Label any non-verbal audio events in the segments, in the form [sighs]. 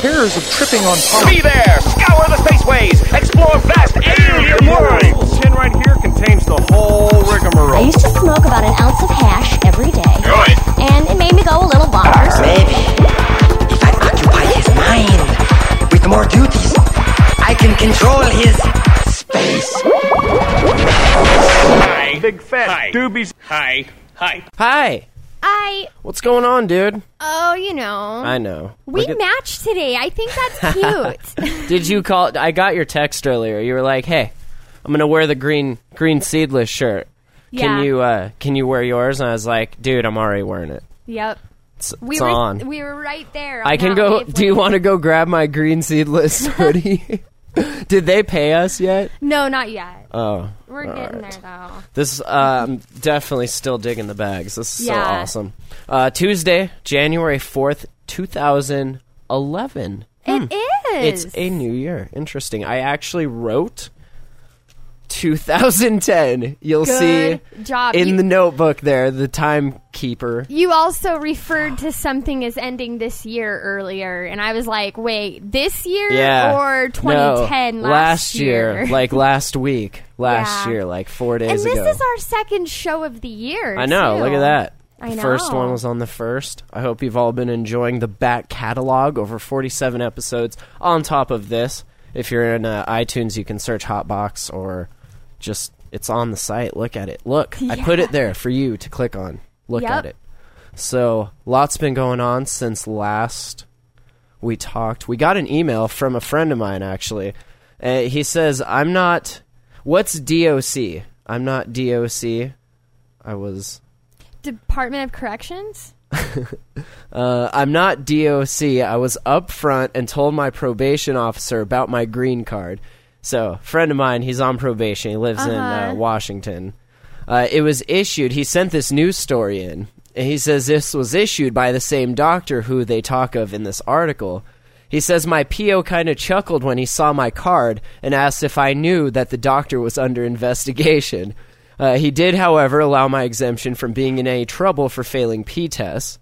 fears of tripping on pop. Be there! Scour the spaceways! Explore vast alien worlds! This tin right here contains the whole I rigmarole. used to smoke about an ounce of hash every day. Good. And it made me go a little bonkers. Maybe if I occupy his mind with more duties, I can control his space. Hi. Big fat Hi. doobies. Hi. Hi. Hi. I, What's going on, dude? oh, you know. I know. we Look at- matched today. I think that's cute. Did you call? I got your text earlier. You were like, "Hey, I'm gonna wear the green green seedless shirt. Yeah. Can you uh, can you wear yours?" And I was like, "Dude, I'm already wearing it. yep. It's, We it's were on. we were right there. I on can that go. wavelength. Do you want to go grab my green [laughs] seedless hoodie? [laughs] Did they pay us yet? No, not yet. Oh, we're getting there though. this uh, I'm definitely still digging the bags. This is so Yeah. awesome. Uh, Tuesday, January fourth, two thousand eleven. It is. Hmm. It's a new year. Interesting. I actually wrote 2010. You'll Good see job. in You- the notebook there, the timekeeper. you also referred to something as ending this year earlier, and I was like, "Wait, this year Yeah. or No, 2010 last, year. like last week. Last Yeah. year, like four days and this ago. is our second show of the year. I know. too. Look at that. I The First know. one was on the first. I hope you've all been enjoying the back catalog over 47 episodes. On top of this, if you're in uh, iTunes, you can search Hotbox or just it's on the site. Look at it. Look, I put it there for you to click on. Look Yep. at it. So, lots been going on since last we talked. We got an email from a friend of mine actually. Uh, he says, "I'm not. What's DOC? I'm not DOC. I was." Department of Corrections. Uh, I'm not DOC. I was up front and told my probation officer about my green card. So, friend of mine, he's on probation. He lives in uh, Washington. Uh, it was issued. He sent this news story in, and he says this was issued by the same doctor who they talk of in this article. He says my PO kind of chuckled when he saw my card and asked if I knew that the doctor was under investigation. Uh, he did, however, allow my exemption from being in any trouble for failing P tests.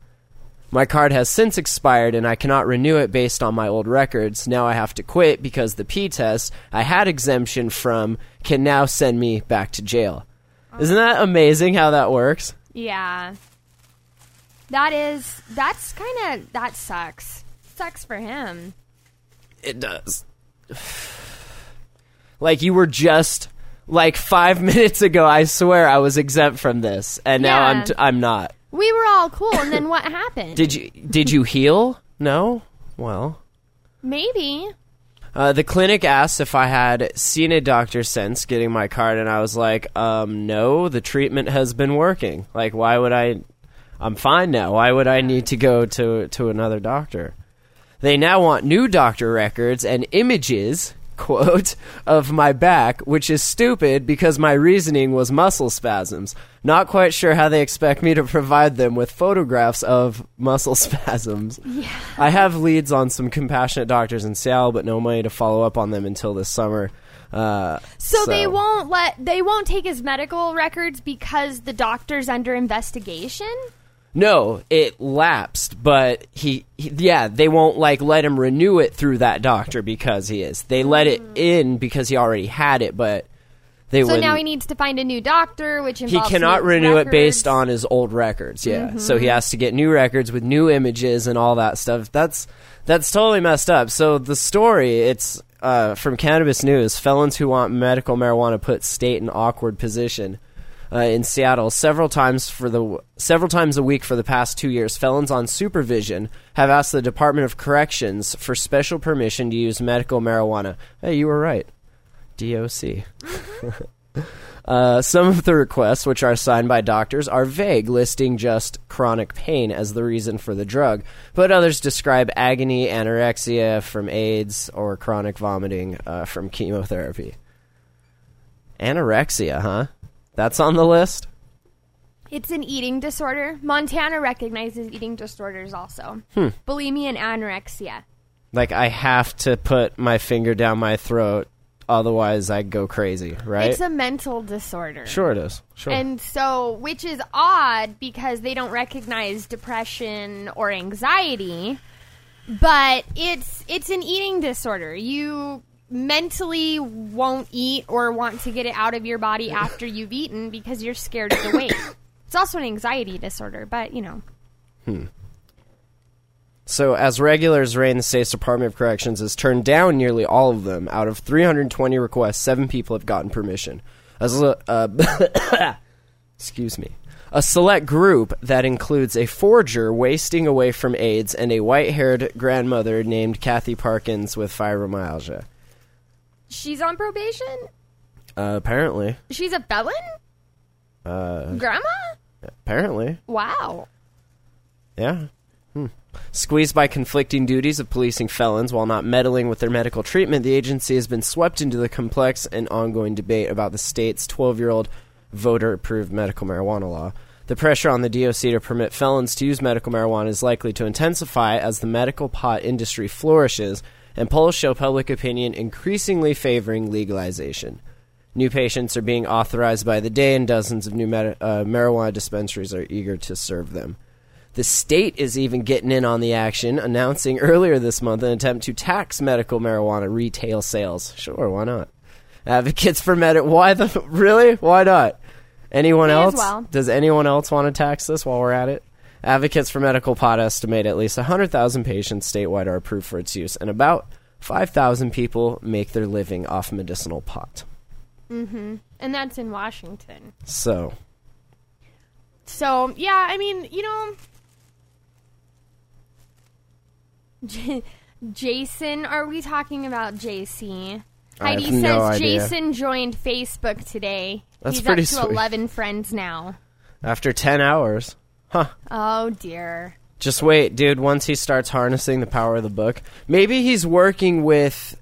My card has since expired and I cannot renew it based on my old records. Now I have to quit because the P test I had exemption from can now send me back to jail. Isn't that amazing how that works? Yeah, that is. That's kind of that sucks. Sucks for him. It does. [sighs] like you were just like 5 [laughs] minutes ago I swear I was exempt from this and now I'm Yeah. t- I'm not. We were all cool, and then [coughs] what happened? Did you did you heal? No? Well, Maybe. Uh, the clinic asked if I had seen a doctor since getting my card, and I was like, um, no, the treatment has been working. Like, why would I? I'm fine now. Why would I need to go to, to another doctor? They now want new doctor records and images, [laughs] quote, of my back, which is stupid because my reasoning was muscle spasms. Not quite sure how they expect me to provide them with photographs of muscle [laughs] spasms. I have leads on some compassionate doctors in Seattle, but no money to follow up on them until this summer. Uh, So, they won't let they won't take his medical records because the doctor's under investigation. No, it lapsed, but he, he yeah, they won't like let him renew it through that doctor because he is. They let it in because he already had it, but they Mm. So wouldn't. now he needs to find a new doctor, which he involves cannot new renew it based records. Mm-hmm. on his old records. Yeah, so he has to get new records with new images and all that stuff. That's that's totally messed up. So the story it's uh, from Cannabis News: Felons who want medical marijuana put state in awkward position. Uh, in Seattle, several times for the several times a week for the past two years, felons on supervision have asked the Department of Corrections for special permission to use medical marijuana. Hey, you were right. DOC. Uh, some of the requests, which are signed by doctors, are vague, listing just chronic pain as the reason for the drug, but others describe agony, anorexia from AIDS, or chronic vomiting uh, from chemotherapy. Anorexia, huh? That's on the list? It's an eating disorder. Montana recognizes eating disorders also. Hmm. Bulimia and anorexia. Like, I have to put my finger down my throat, otherwise, I go crazy, right? It's a mental disorder. sure, it is. Sure. And so, which is odd because they don't recognize depression or anxiety. but it's it's an eating disorder. You mentally won't eat or want to get it out of your body after you've eaten because you're scared of the weight. It's also an anxiety disorder, but you know, So, as regulars, Ray and the State's Department of Corrections has turned down nearly all of them. Out of 320 requests, seven people have gotten permission. As a, uh, [coughs] excuse me, a select group that includes a forger wasting away from AIDS and a white-haired grandmother named Kathy Parkins with fibromyalgia. she's on probation. Uh, apparently, She's a felon. Uh, Grandma. apparently, Wow. yeah. Hmm. Squeezed by conflicting duties of policing felons while not meddling with their medical treatment, the agency has been swept into the complex and ongoing debate about the state's 12 year old voter approved medical marijuana law. The pressure on the DOC to permit felons to use medical marijuana is likely to intensify as the medical pot industry flourishes, and polls show public opinion increasingly favoring legalization. New patients are being authorized by the day, and dozens of new medi uh, marijuana dispensaries are eager to serve them. The state is even getting in on the action, announcing earlier this month an attempt to tax medical marijuana retail sales. Sure, why not? Advocates for med why the [laughs] really? Why not? Anyone May as else? well. Does anyone else want to tax this while we're at it? Advocates for medical pot estimate at least 100,000 patients statewide are approved for its use, and about 5,000 people make their living off medicinal pot. And that's in Washington. So, So yeah, I mean, you know, J- [laughs] Jason. Are we talking about JC? I have Heidi says no idea. Jason joined Facebook today. That's He's pretty up to sweet. eleven friends now. after 10 hours, Oh dear. Just wait, dude. Once he starts harnessing the power of the book, maybe he's working with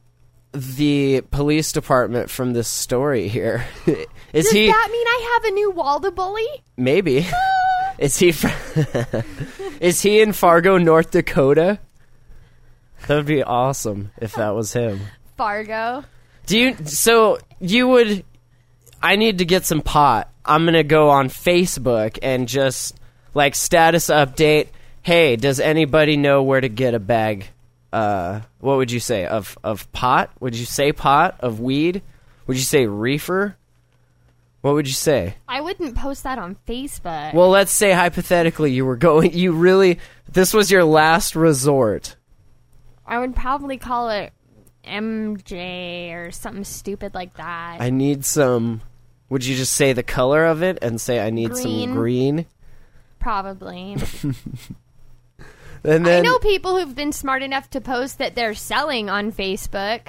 the police department from this story here. [laughs] Is Does he? that mean I have a new wall to bully? [laughs] maybe. [laughs] Is he? Fr- [laughs] is he in Fargo, North Dakota? That would be awesome if that was him. Fargo. Do you? So you would? I need to get some pot. I'm gonna go on Facebook and just like status update. Hey, does anybody know where to get a bag? Uh, what would you say of of pot? Would you say pot of weed? Would you say reefer? What would you say? I wouldn't post that on Facebook. Well, let's say hypothetically you were going. [laughs] You really this was your last resort. I would probably call it MJ or something stupid like that. I need some. Would you just say the color of it and say I need some Green. green? probably. And I then know people who've been smart enough to post that they're selling on Facebook,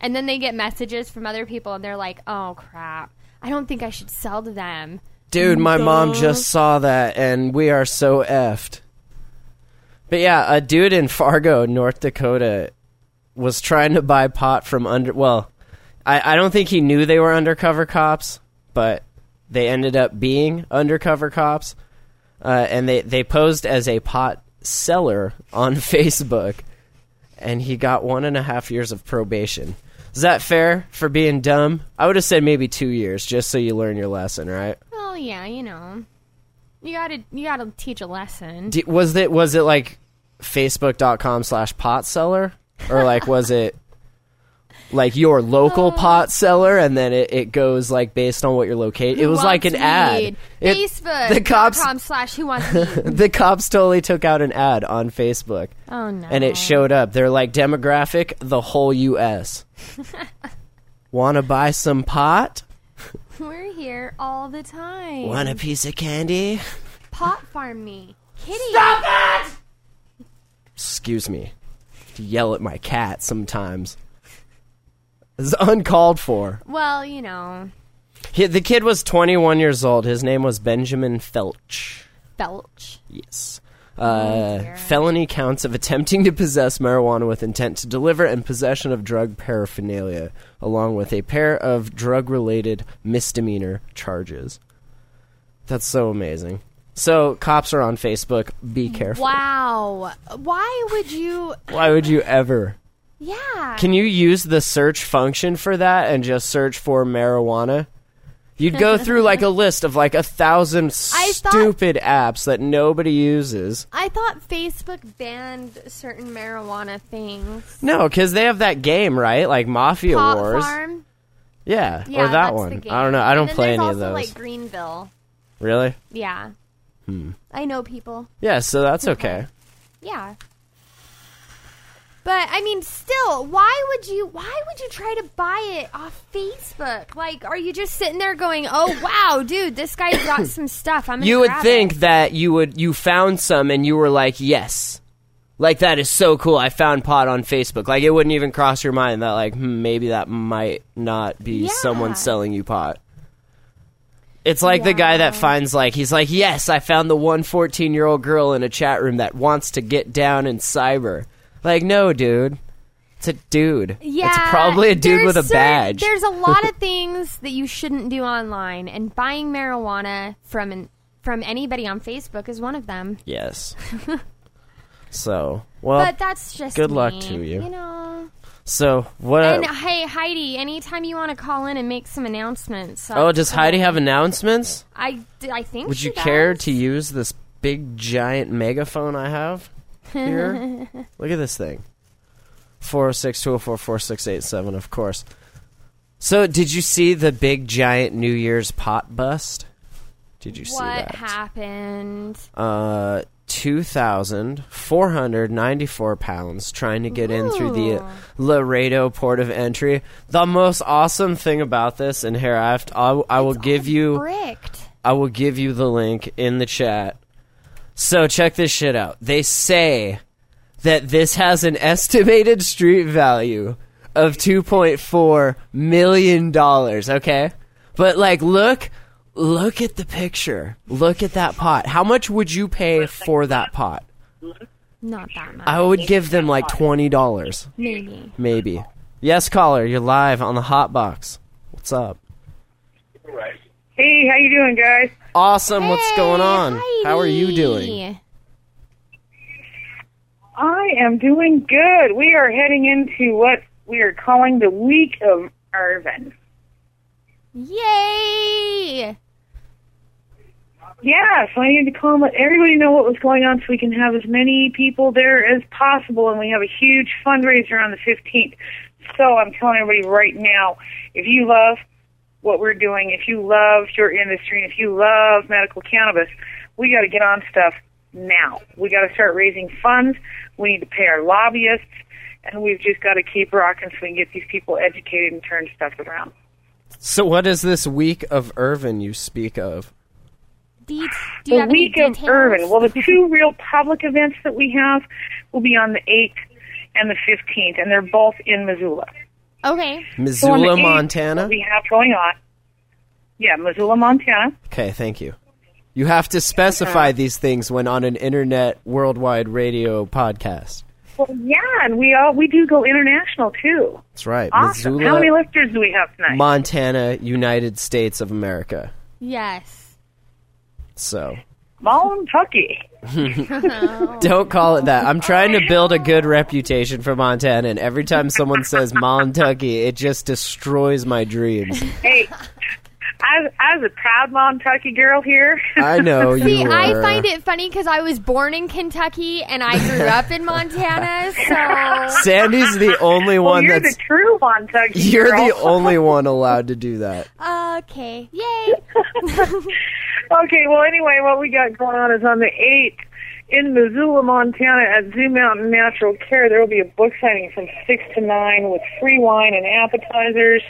and then they get messages from other people, and they're like, "Oh crap, I don't think I should sell to them." Dude, my mom just saw that and we are so effed. But yeah, a dude in Fargo, North Dakota was trying to buy pot from under well, I, I don't think he knew they were undercover cops, but they ended up being undercover cops. Uh, and they, they posed as a pot seller on [laughs] Facebook and he got one and a half years of probation. Is that fair for being dumb? I would have said maybe two years, just so you learn your lesson, right? Well, yeah, you know, you gotta you gotta teach a lesson. D was it was it like facebook.com slash pot seller or like was it like your local Uh, pot seller and then it, it goes like based on what your location it was like an ad It- Facebook. the cops slash who wants weed. [laughs] the cops totally took out an ad on facebook Oh no. and it showed up they're like demographic the whole [laughs] us wanna buy some pot We're here all the time. want a piece of candy pot farm me, kitty. excuse me to yell at my cat sometimes it's uncalled for Well, you know, He, the kid was 21 years old. His name was Benjamin Felch. belch. Yes. Uh, felony counts of attempting to possess marijuana with intent to deliver and possession of drug paraphernalia, along with a pair of drug related misdemeanor charges. That's so amazing. So, cops are on Facebook. Be careful. Wow. Why would you? Why would you ever? Yeah. Can you use the search function for that and just search for marijuana? You'd go through like a list of like a thousand [laughs] I thought- stupid apps that nobody uses. I thought Facebook banned certain marijuana things. No, because they have that game, right? Like Mafia Pot Wars. Farm. Yeah, Yeah, or that that's one. The game. I don't know. I And don't then play there's any of also, those. Hmm. Like Greenville. Really? Yeah. I know people. Yeah, [laughs] so that's okay. Yeah. But I mean, still, why would you? Why would you try to buy it off Facebook? Like, are you just sitting there going, "Oh wow, dude, this guy's [coughs] got some stuff." I'm. gonna You would grab think it." that you would you found some and you were like, "Yes." Like that is so cool. I found pot on Facebook. Like it wouldn't even cross your mind that like hmm, maybe that might not be someone Yeah. selling you pot. It's like the guy that Yeah. finds like he's like, "Yes, I found the one 14-year-old girl in a chat room that wants to get down in cyber." Like, "No, dude. It's a dude. Yeah, It's probably a dude there's with a certain- badge." There's a lot [laughs] of things that you shouldn't do online, and buying marijuana from an, from anybody on Facebook is one of them. Yes. [laughs] so, well, But that's just good luck me, to you. Uh, You know. so what? And hey, Heidi, anytime you want to call in and make some announcements. so- oh, does Heidi have announcements? I, I think. Would she you care does. to use this big giant megaphone I have [laughs] here? Look at this thing. 406-204-4687, of course. So, did you see the big giant New Year's pot bust? Did you see What that? happened? uh, 2,494 pounds trying to get in through the Ooh. Laredo port of entry. The most awesome thing about this, and here I, have to, I, I will give you, bricked. I will give you the link in the chat. So check this shit out. They say that this has an estimated street value of 2.4 million dollars, okay? But like look, look at the picture. Look at that pot. How much would you pay for that pot? Not that much. I would give them like $20 Maybe. maybe. Yes, caller, you're live on the hot box. What's up? Hey, how you doing, guys? Awesome. What's going Hey, on? How are you Heidi. doing? I am doing good. We are heading into what we are calling the week of Irvin. Yay! Yeah, so I need to call and let everybody know what was going on so we can have as many people there as possible. And we have a huge fundraiser on the 15th. So I'm telling everybody right now if you love what we're doing, if you love your industry, and if you love medical cannabis, we got to get on stuff now. We got to start raising funds. We need to pay our lobbyists. And we've just got to keep rocking so we can get these people educated and turn stuff around. So, what is this week of Irvin you speak of? De- do you the have week any of details? Irvin. Well, the two real public events that we have will be on the 8th and the 15th, and they're both in Missoula. okay. So on the Missoula, 8th, Montana? what we have going on. Yeah, Missoula, Montana. Okay, thank you. You have to specify these things when on an internet worldwide radio podcast. Well, yeah, and we all we do go international too. That's right. Awesome. How many Missoula, lifters do we have tonight? Montana, United States of America. Yes. So, Montucky. Oh. don't call it that. I'm trying to build a good reputation for Montana, and every time someone says Montucky, it just destroys my dreams. [laughs] Hey, I, I was a proud Montucky girl here. I [laughs] know you See, were. I find it funny because I was born in Kentucky and I [laughs] grew up in Montana, so Sandy's the only Well, one you're that's. the true Montucky you're girl. the only one allowed to do that. okay, yay! Okay, well, anyway, what we got going on is on the 8th in Missoula, Montana at Zoo Mountain Natural Care. There will be a book signing from 6 to 9 with free wine and appetizers.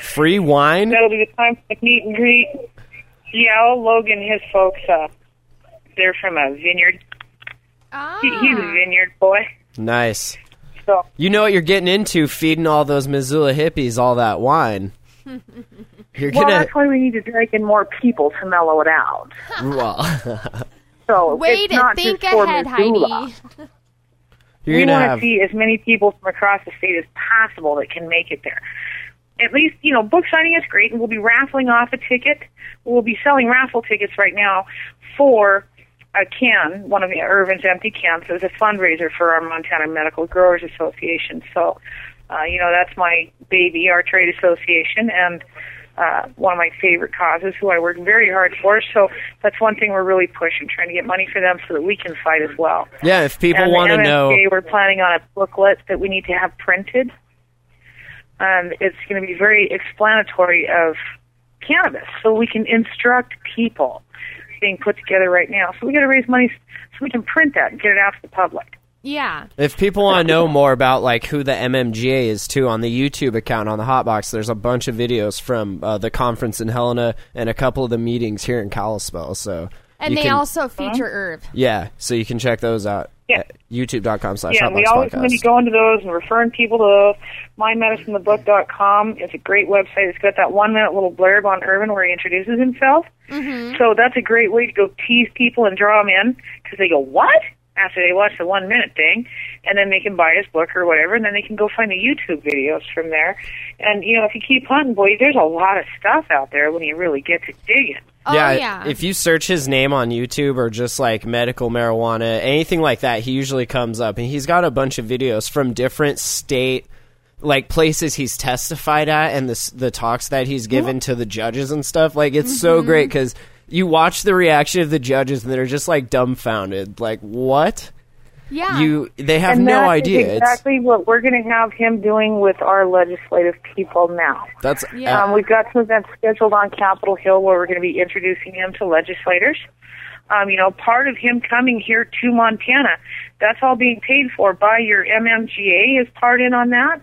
Free wine? That'll be the time for the meet and greet. Yeah, old Logan, his folks, uh, they're from a vineyard. Ah, He, he's a vineyard boy. Nice. So, You know what you're getting into feeding all those Missoula hippies all that wine. You're well, gonna that's why we need to drag in more people to mellow it out. well, [laughs] So way it's to not think just for ahead, Missoula. Heidi. you're we gonna want have to see as many people from across the state as possible that can make it there. At least, you know, book signing is great, and we'll be raffling off a ticket. We'll be selling raffle tickets right now for a can, one of the Irvin's empty cans. It was a fundraiser for our Montana Medical Growers Association. So, uh, you know, that's my baby, our trade association, and uh, one of my favorite causes who I work very hard for. So that's one thing we're really pushing, trying to get money for them so that we can fight as well. Yeah, if people And the want to MSK, know, We're planning on a booklet that we need to have printed. Um, it's going to be very explanatory of cannabis, so we can instruct people. It's Being put together right now, so we got to raise money so we can print that and get it out to the public. Yeah. if people want to know more about like who the MMGA is too, on the YouTube account on the Hotbox, there's a bunch of videos from uh, the conference in Helena and a couple of the meetings here in Kalispell. So And you they can- also feature Irv. yeah, so you can check those out. Yeah. at YouTube.com/slash Yeah, we always going to be going to those and referring people to those. MyMedicineTheBook.com is a great website. It's got that one minute little blurb on Irvin where he introduces himself. Mm-hmm. So that's a great way to go tease people and draw them in because they go, What? After they watch the one minute thing, and then they can buy his book or whatever, and then they can go find the YouTube videos from there. And, you know, if you keep hunting, boy, there's a lot of stuff out there when you really get to digging. Oh, yeah, yeah. If you search his name on YouTube or just like medical marijuana, anything like that, he usually comes up and he's got a bunch of videos from different state like places he's testified at and the s- the talks that he's given to the judges and stuff. Like it's so Mm-hmm. great cuz you watch the reaction of the judges and they're just like dumbfounded like what? yeah. You they have and no that is idea. It's- exactly what we're going to have him doing with our legislative people now. that's uh, Yeah. Um, we've got some events scheduled on Capitol Hill where we're going to be introducing him to legislators. Um, you know, part of him coming here to Montana, that's all being paid for by your MMGA is part in on that.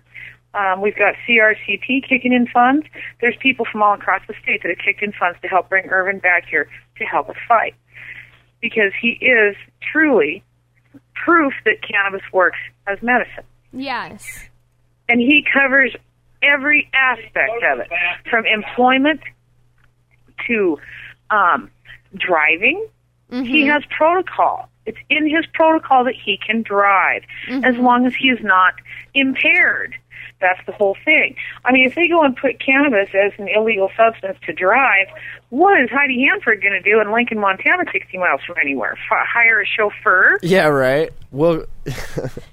Um, we've got CRCP kicking in funds. There's people from all across the state that have kicked in funds to help bring Irvin back here to help us fight because he is truly proof that cannabis works as medicine yes. and he covers every aspect of it, from employment to um, driving. He has protocol. It's in his protocol that he can drive as long as he is not impaired. That's the whole thing. I mean, if they go and put cannabis as an illegal substance to drive, what is Heidi Hanford going to do in Lincoln, Montana, 60 miles from anywhere? F- hire a chauffeur? Yeah, right. Well,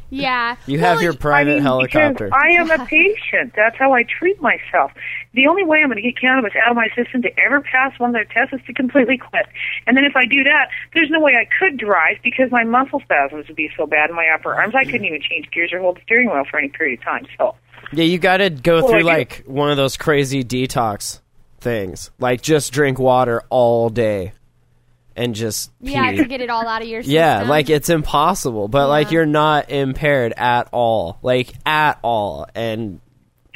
Yeah. you Well, have your y- private helicopter. Because I am a patient. That's how I treat myself. The only way I'm going to get cannabis out of my system to ever pass one of their tests is to completely quit. And then if I do that, there's no way I could drive because my muscle spasms would be so bad in my upper arms I couldn't even change gears or hold the steering wheel for any period of time. So Yeah, you got to go Well, I through do. like one of those crazy detox things, like just drink water all day and just pee. Yeah, to get it all out of your system. Yeah, like it's impossible, but like you're not impaired at all, like at all, and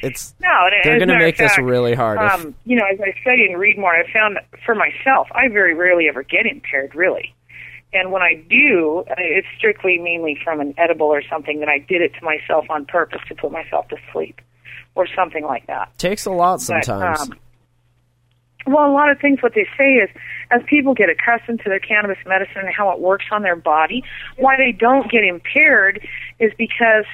it's No, and They're as a gonna matter make of this fact, really hard if- Um, you know, as I study and read more, I found that for myself, I very rarely ever get impaired, really. And when I do, uh, it's strictly mainly from an edible or something that I did it to myself on purpose to put myself to sleep or something like that. takes a lot But, sometimes. um, well, a lot of things, what they say is, as people get accustomed to their cannabis medicine and how it works on their body, why they don't get impaired is because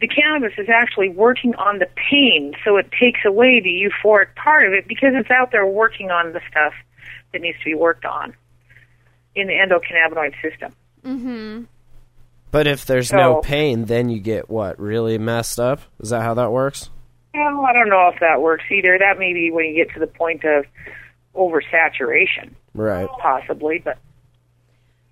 the cannabis is actually working on the pain, so it takes away the euphoric part of it because it's out there working on the stuff that needs to be worked on in the endocannabinoid system. but if there's no so- pain, then you get what really messed up. Is that how that works? Well, I don't know if that works either. That may be when you get to the point of oversaturation, Right. possibly, but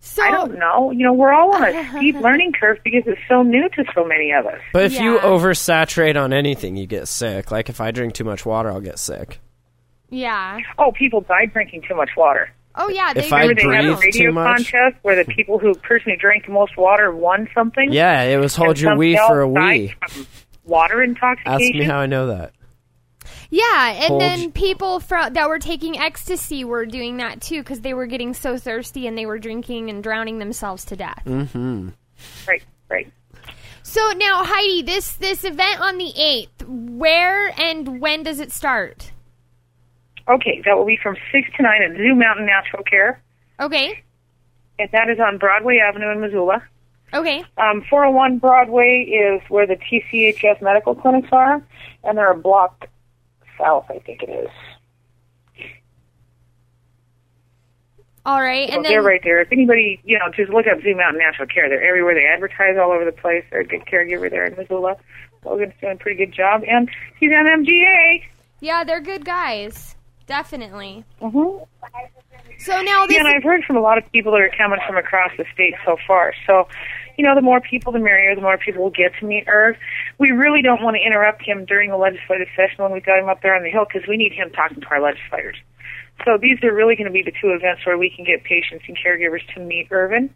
so, I don't know. You know, we're all on a steep learning curve because it's so new to so many of us. But if you Yeah. oversaturate on anything, you get sick. Like if I drink too much water, I'll get sick. Yeah. Oh, people die drinking too much water. Oh, yeah. They If I really Remember they had a don't. breathe too radio much? contest where the people who person who drank the most water won something. Yeah, it was and hold your somebody wee for a else died wee. from Water Ask intoxication. me how I know that. Yeah, and Hold- then people from that were taking ecstasy were doing that too because they were getting so thirsty and they were drinking and drowning themselves to death. right, right. So now, Heidi, this this event on the eighth, where and when does it start? Okay, that will be from six to nine at Zoo Mountain Natural Care, Okay, and that is on Broadway Avenue in Missoula. okay, Um, 401 Broadway is where the TCHS medical clinics are, and they're a block south, I think it is. all right, and Well, they're then right there. If anybody, you know, just look up Zoom Out Natural Care. They're everywhere. They advertise all over the place. They're a good caregiver there in Missoula. Logan's doing a pretty good job, and he's MMGA. Yeah, they're good guys. Definitely. Mm-hmm. So now this Yeah, and I've heard from a lot of people that are coming from across the state so far. So, you know, the more people, the merrier. The more people will get to meet Irv. We really don't want to interrupt him during the legislative session when we've got him up there on the hill because we need him talking to our legislators. So these are really going to be the two events where we can get patients and caregivers to meet Irvin.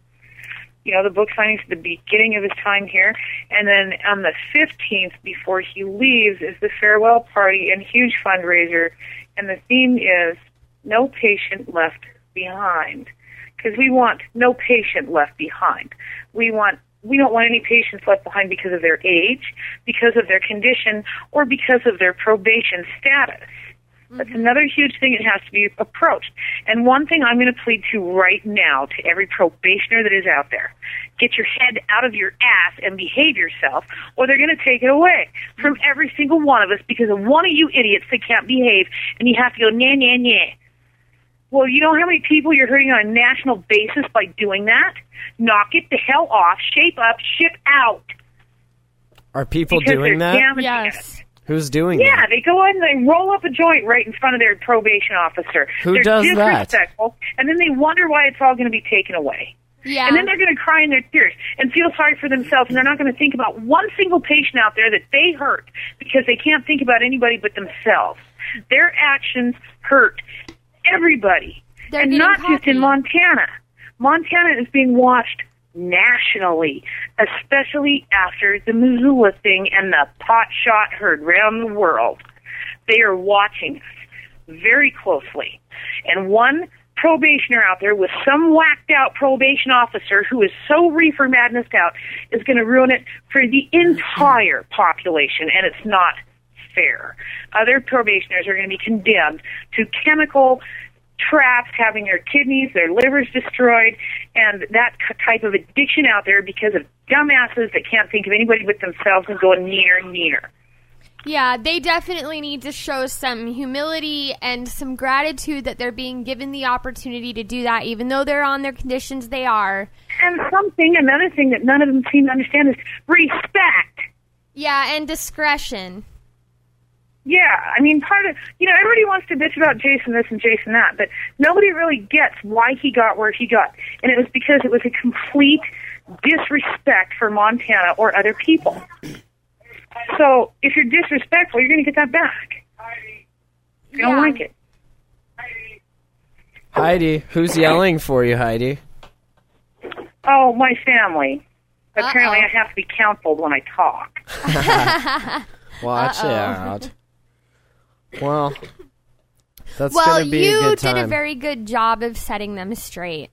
You know, the book signing's at the beginning of his time here. And then on the 15th, before he leaves, is the farewell party and huge fundraiser. And the theme is no patient left behind. Because we want no patient left behind. We want we don't want any patients left behind because of their age, because of their condition, or because of their probation status. That's another huge thing that has to be approached. And one thing I'm going to plead to right now to every probationer that is out there get your head out of your ass and behave yourself, or they're going to take it away from every single one of us because of one of you idiots that can't behave and you have to go, nah, nah, nah. Well, you know how many people you're hurting on a national basis by doing that? Knock it the hell off, shape up, ship out. Are people because doing they're that? damaging it. yes. Who's doing Yeah, that? they go in and they roll up a joint right in front of their probation officer. Who They're does that? disrespectful, And then they wonder why it's all going to be taken away. Yeah. And Uh-huh. then they're going to cry in their tears and feel sorry for themselves, and they're not going to think about one single patient out there that they hurt because they can't think about anybody but themselves. Their actions hurt everybody, They're and getting not just in cocky. Montana. Montana is being watched nationally, especially after the Missoula thing and the pot shot heard around the world. They are watching us very closely. And one probationer out there with some whacked out probation officer who is so reefer madness out is going to ruin it for the entire population, and it's not fair. Other probationers are going to be condemned to chemical traps, having their kidneys, their livers destroyed, and that c- type of addiction out there because of dumbasses that can't think of anybody but themselves and go near, near. Yeah, they definitely need to show some humility and some gratitude that they're being given the opportunity to do that, even though they're on their conditions they are. And something, another thing that none of them seem to understand is respect. Yeah, and discretion. Yeah, I mean, part of you know everybody wants to bitch about Jason this and Jason that, but nobody really gets why he got where he got, and it was because it was a complete disrespect for Montana or other people. So if you're disrespectful, you're going to get that back. If you Yeah. don't like it. Heidi, who's yelling for you, Heidi? Oh, my family. Apparently, Uh-oh. I have to be counseled when I talk. Watch out. Well, that's well, gonna be you a good time. did a very good job of setting them straight.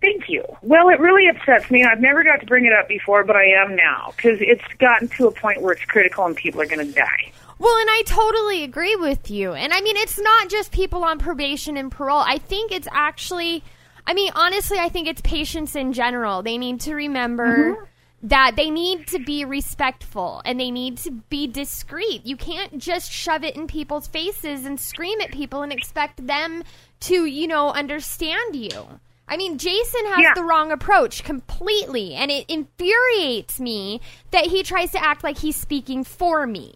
Thank you. Well, it really upsets me. I've never got to bring it up before, but I am now because it's gotten to a point where it's critical and people are going to die. Well, and I totally agree with you. And I mean, it's not just people on probation and parole. I think it's actually, I mean, honestly, I think it's patients in general. They need to remember that they need to be respectful and they need to be discreet. You can't just shove it in people's faces and scream at people and expect them to, you know, understand you. I mean, Jason has Yeah. the wrong approach completely, and it infuriates me that he tries to act like he's speaking for me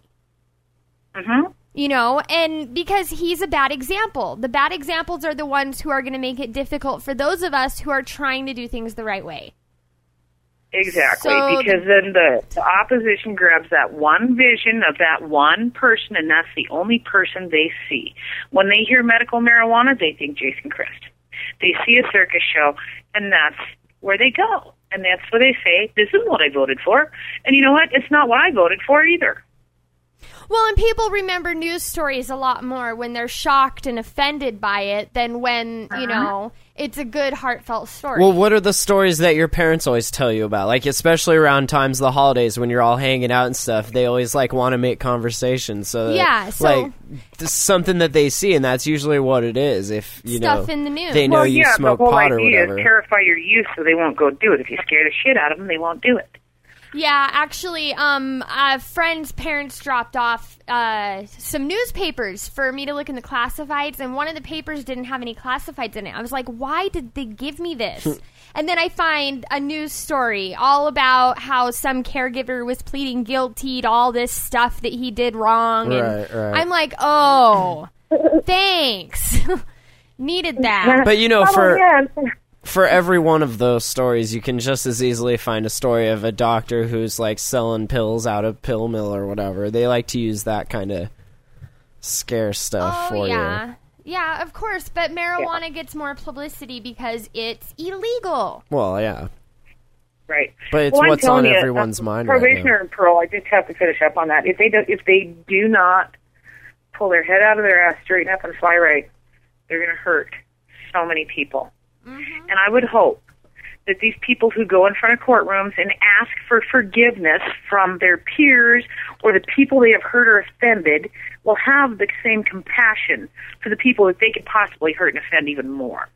Mm-hmm. you know and because he's a bad example the bad examples are the ones who are going to make it difficult for those of us who are trying to do things the right way Exactly, So- because then the, the opposition grabs that one vision of that one person, and that's the only person they see. When they hear medical marijuana, they think Jason Christ. They see a circus show, and that's where they go. And that's where they say, This is what I voted for. And you know what? It's not what I voted for either. well and people remember news stories a lot more when they're shocked and offended by it than when you know it's a good heartfelt story Well, what are the stories that your parents always tell you about? Like, especially around times of the holidays when you're all hanging out and stuff, they always like want to make conversation. So that, Yeah, so- like just something that they see, and that's usually what it is. If you Stuff know, in the news. they know well, you yeah, smoke the whole pot or idea whatever. is terrify your youth so they won't go do it. If you scare the shit out of them, they won't do it. Yeah, actually, um, a friend's parents dropped off uh, some newspapers for me to look in the classifieds, and one of the papers didn't have any classifieds in it. I was like, why did they give me [laughs] this? and then I find a news story all about how some caregiver was pleading guilty to all this stuff that he did wrong. Right, and right. I'm like, oh, thanks. [laughs] Needed that. But you know, Oh, for yeah. for every one of those stories, you can just as easily find a story of a doctor who's like selling pills out of pill mill or whatever. They like to use that kind of scare stuff Oh for yeah. you. Yeah, of course, but marijuana gets more publicity because it's illegal. Well, yeah. Right. But it's I'm what's on telling you, everyone's uh, mind right Probationer and parole. I just have to finish up on that. If they do, if they do not pull their head out of their ass, straighten up, and fly right, they're going to hurt so many people. And I would hope that these people who go in front of courtrooms and ask for forgiveness from their peers or the people they have hurt or offended will have the same compassion for the people that they could possibly hurt and offend even more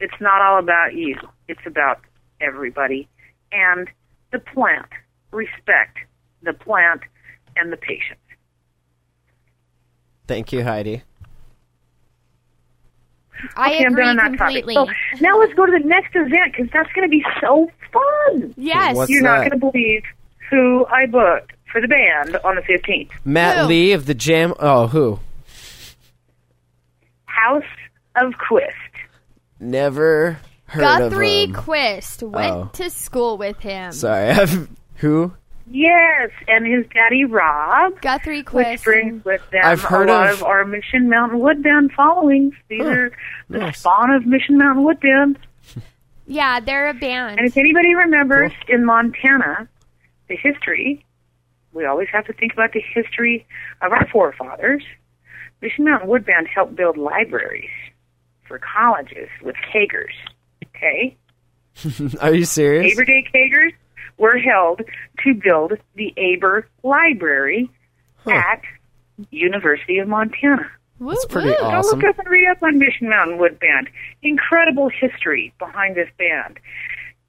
it's not all about you. It's about everybody and the plant. Respect the plant and the patient. Thank you, Heidi. I Okay, I'm agree done on that topic. Oh. completely. So now let's go to the next event because that's going to be so fun. yes. What's You're not that? going to believe who I booked for the band on the 15th. Matt Who? Lee of the Jam. Oh, who? House of Quist. Never heard Guthrie um, of him. Quist went Oh. to school with him. Sorry, [laughs] I've, who? Yes, and his daddy Rob. Guthrie Which Quist. brings with them I've heard a lot of- of, our Mission Mountain Woodbound followings. These Huh, are the nice. spawn of Mission Mountain Woodbound. yeah, they're a band. And if anybody remembers in Montana, the history, we always have to think about the history of our forefathers. Mission Mountain Wood Band helped build libraries for colleges with Kagers. Okay? Are you serious? Labor Day Kagers were held to build the Aber Library at University of Montana. Woo, That's pretty woo. Go awesome. look up and read up on Mission Mountain Wood Band. Incredible history behind this band.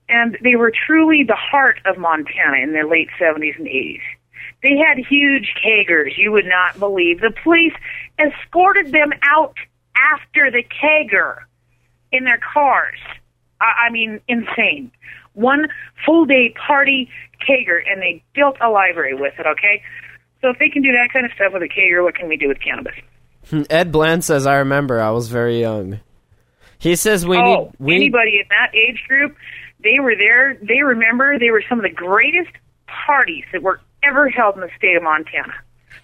And they were truly the heart of Montana in the late 70s and 80s. They had huge keggers. You would not believe. The police escorted them out after the kegger in their cars. I, I mean, insane. One full day party kegger, and they built a library with it, okay? So if they can do that kind of stuff with a kegger, what can we do with cannabis? Ed Bland says, "I remember. I was very young." He says, "We oh, need we anybody in that age group, they were there. They remember they were some of the greatest parties that were ever held in the state of Montana.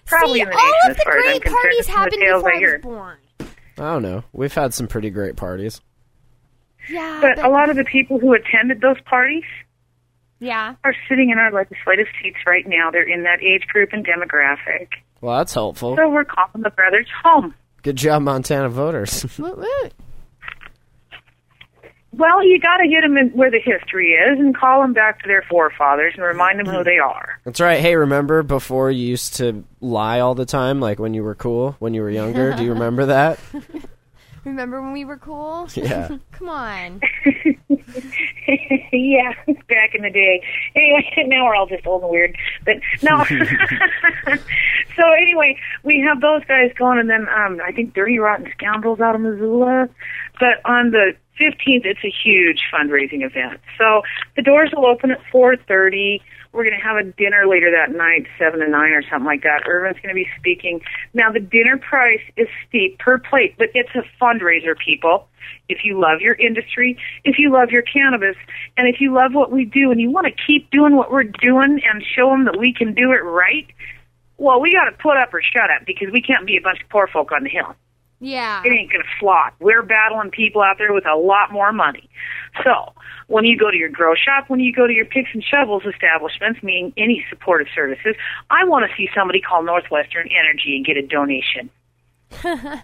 Probably See, in the nation, all of as the far as I'm great concerned, parties from the happened tales before I I hear. was born. I don't know. We've had some pretty great parties. Yeah, But but- a lot of the people who attended those parties yeah. are sitting in our legislative seats right now. They're in that age group and demographic. Well, that's helpful. So we're calling the brothers home. Good job, Montana voters. [laughs] Woo, woo. Well, you got to get them in where the history is and call them back to their forefathers and remind them who Mm-hmm. they are. that's right. Hey, remember before you used to lie all the time, like when you were cool, when you were younger? [laughs] Do you remember that? Remember when we were cool? Yeah. [laughs] Come [laughs] on. yeah, back in the day. Anyway, [laughs] now we're all just old and weird. But no. so anyway, we have those guys going, and then um, I think Dirty Rotten Scoundrels out of Missoula. But on the 15th, it's a huge fundraising event. So the doors will open at 4:30. We're going to have a dinner later that night, seven to nine or something like that. Irvin's going to be speaking. Now the dinner price is steep per plate, but it's a fundraiser, people if you love your industry, if you love your cannabis, and if you love what we do and you want to keep doing what we're doing and show them that we can do it right, well, we got to put up or shut up because we can't be a bunch of poor folk on the hill. Yeah. It ain't going to fly. We're battling people out there with a lot more money. So, when you go to your grow shop, when you go to your picks and shovels establishments, meaning any supportive services, I want to see somebody call Northwestern Energy and get [laughs] a donation.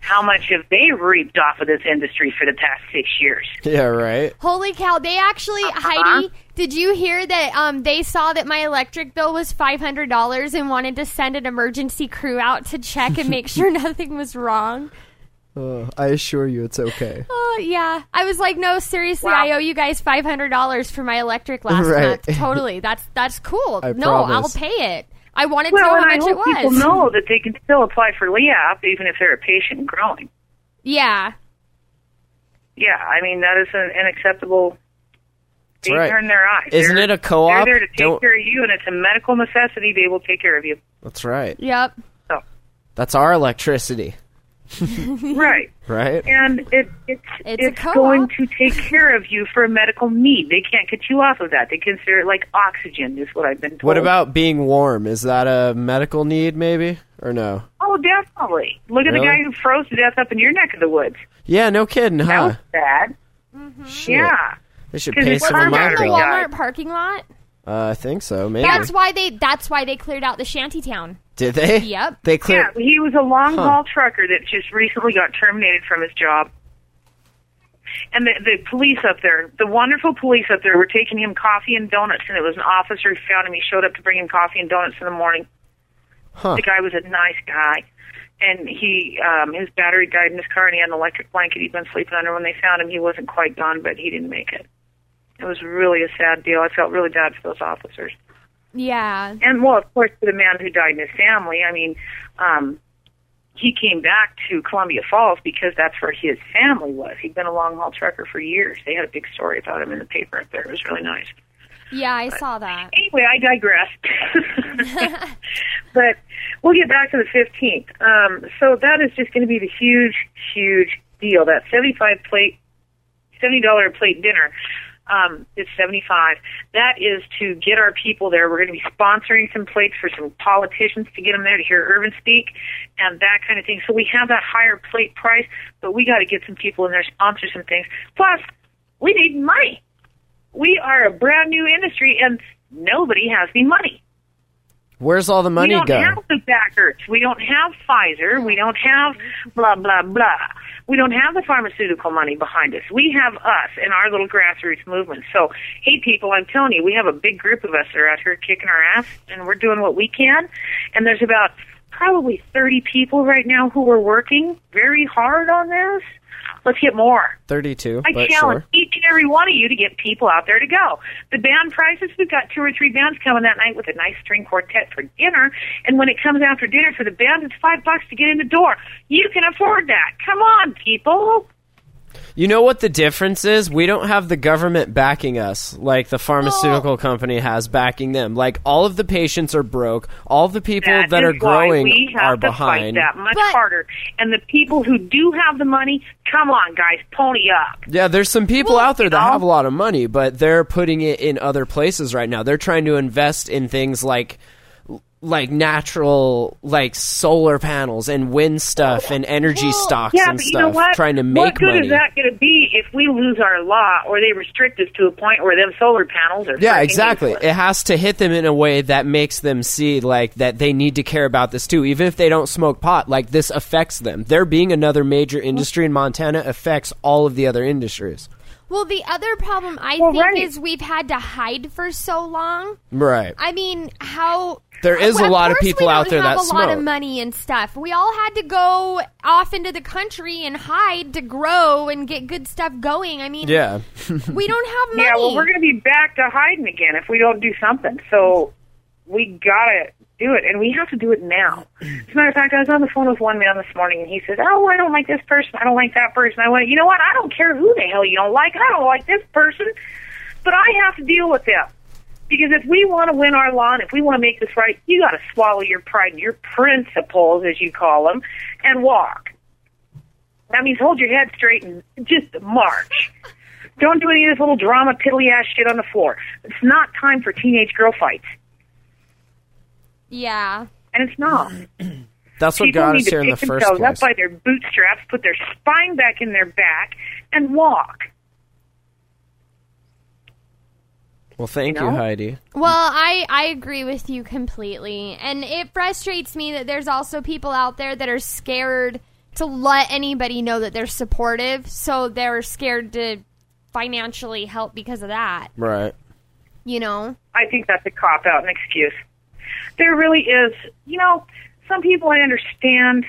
How much have they reaped off of this industry for the past six years? yeah, right. Holy cow! They actually, Uh-huh. Heidi, did you hear that? Um, they saw that my electric bill was five hundred [laughs] dollars and wanted to send an emergency crew out to check and make sure nothing was wrong. Uh, I assure you, it's okay. Oh yeah, I was like, no, seriously, Wow. I owe you guys five hundred dollars for my electric last Right. [laughs] month. Totally, that's that's cool. I no, promise. I'll pay it. I wanted Well, to know and how I much it hope people was. know that they can still apply for LEAP even if they're a patient growing. Yeah, Yeah, I mean that is an unacceptable. They right. turn their eyes. Isn't They're- it a co-op? They're there to take Don't- care of you, and it's a medical necessity. They will take care of you. That's right. yep. So That's our electricity, Mm-hmm. right, right? and it, it's It's a co-op. going to take care of you for a medical need. They can't get you off of that. They consider it like oxygen. Is what I've been told. What about being warm? Is that a medical need, maybe, or no? Oh, definitely. Look at the Really? guy who froze to death up in your neck of the woods. Yeah, no kidding, That huh? was bad. Mm-hmm. Shit. Yeah. They should 'Cause pay it's some our of Remember my matter. the bill. Yeah. Walmart parking lot? Uh, I think so, maybe. That's why they. That's why they cleared out the shantytown. Did they? Yep. They cleared. Yeah, he was a long haul trucker that just recently got terminated from his job. And the, the police up there, the wonderful police up there, were taking him coffee and donuts, and it was an officer who found him. He showed up to bring him coffee and donuts in the morning. Huh. The guy was a nice guy, and he um, his battery died in his car, and he had an electric blanket he'd been sleeping under. When they found him, he wasn't quite gone, but he didn't make it. It was really a sad deal. I felt really bad for those officers Yeah, and well, of course, for the man who died in his family. I mean, um, he came back to Columbia Falls because that's where his family was. He'd been a long haul trucker for years. They had a big story about him in the paper up there. It was really nice. yeah, I saw that. Anyway, I digress. [laughs] but we'll get back to the 15th. Um, so that is just going to be the huge, huge deal. That 75 plate, $70 a plate dinner. Um, is 75. That is to get our people there. We're going to be sponsoring some plates for some politicians to get them there to hear Irvin speak and that kind of thing. So we have that higher plate price, but we got to get some people in there, sponsor some things. Plus, we need money we are a brand new industry and nobody has the money. Where's all the money we don't go? have the backers. We don't have Pfizer. We don't have blah, blah, blah. We don't have the pharmaceutical money behind us. We have us and our little grassroots movement. So, hey, people, I'm telling you, we have a big group of us that are out here kicking our ass and we're doing what we can. And there's about probably 30 people right now who are working very hard on this. Let's get more. Thirty-two, I but challenge sure. each and every one of you to get people out there to go. The band prices, we've got two or three bands coming that night with a nice string quartet for dinner. And when it comes after dinner for the band, it's five bucks to get in the door. You can afford that. Come on, people. You know what the difference is? We don't have the government backing us like the Oh. pharmaceutical company has backing them. Like all of the patients are broke. All of the people that, is are growing why we have are to behind. Fight that much But- harder. And the people who do have the money, come on, guys, pony up. Yeah, there's some people out there that have a lot of money, but they're putting it in other places right now. They're trying to invest in things like like natural like solar panels and wind stuff and energy stocks Yeah, and but stuff you know what? trying to what make good money. is that going to be if we lose our law or they restrict us to a point where them solar panels are? Yeah, freaking exactly. useless? It has to hit them in a way that makes them see like that they need to care about this too. Even if they don't smoke pot, like this affects them. There being another major industry in Montana affects all of the other industries. Well, the other problem I Well, think right. is we've had to hide for so long. Right. I mean, how There is a Well, lot of course people we out don't there have that a lot of smoke. money and stuff. We all had to go off into the country and hide to grow and get good stuff going. I mean, yeah. [laughs] we don't have money. [laughs] Yeah, well, we're going to be back to hiding again if we don't do something. So we got to do it, and we have to do it now. As a matter of fact, I was on the phone with one man this morning, and he says, "Oh, I don't like this person. I don't like that person." I went, "You know what? I don't care who the hell you don't like. I don't like this person, but I have to deal with them." Because if we want to win our lawn, if we want to make this right, you got to swallow your pride and your principles, as you call them, and walk. That means hold your head straight and just march. Don't do any of this little drama, piddly ass shit on the floor. It's not time for teenage girl fights, yeah. and it's not. That's what People got Mm-hmm. need us to here in the pick first themselves place. up by their bootstraps, put their spine back in their back, and walk. Well, thank you, know? Heidi. Well, I, I agree with you completely. And it frustrates me that there's also people out there that are scared to let anybody know that they're supportive. So they're scared to financially help because of that, Right. you know? I think that's a cop out, an excuse. There really is, you know, some people I understand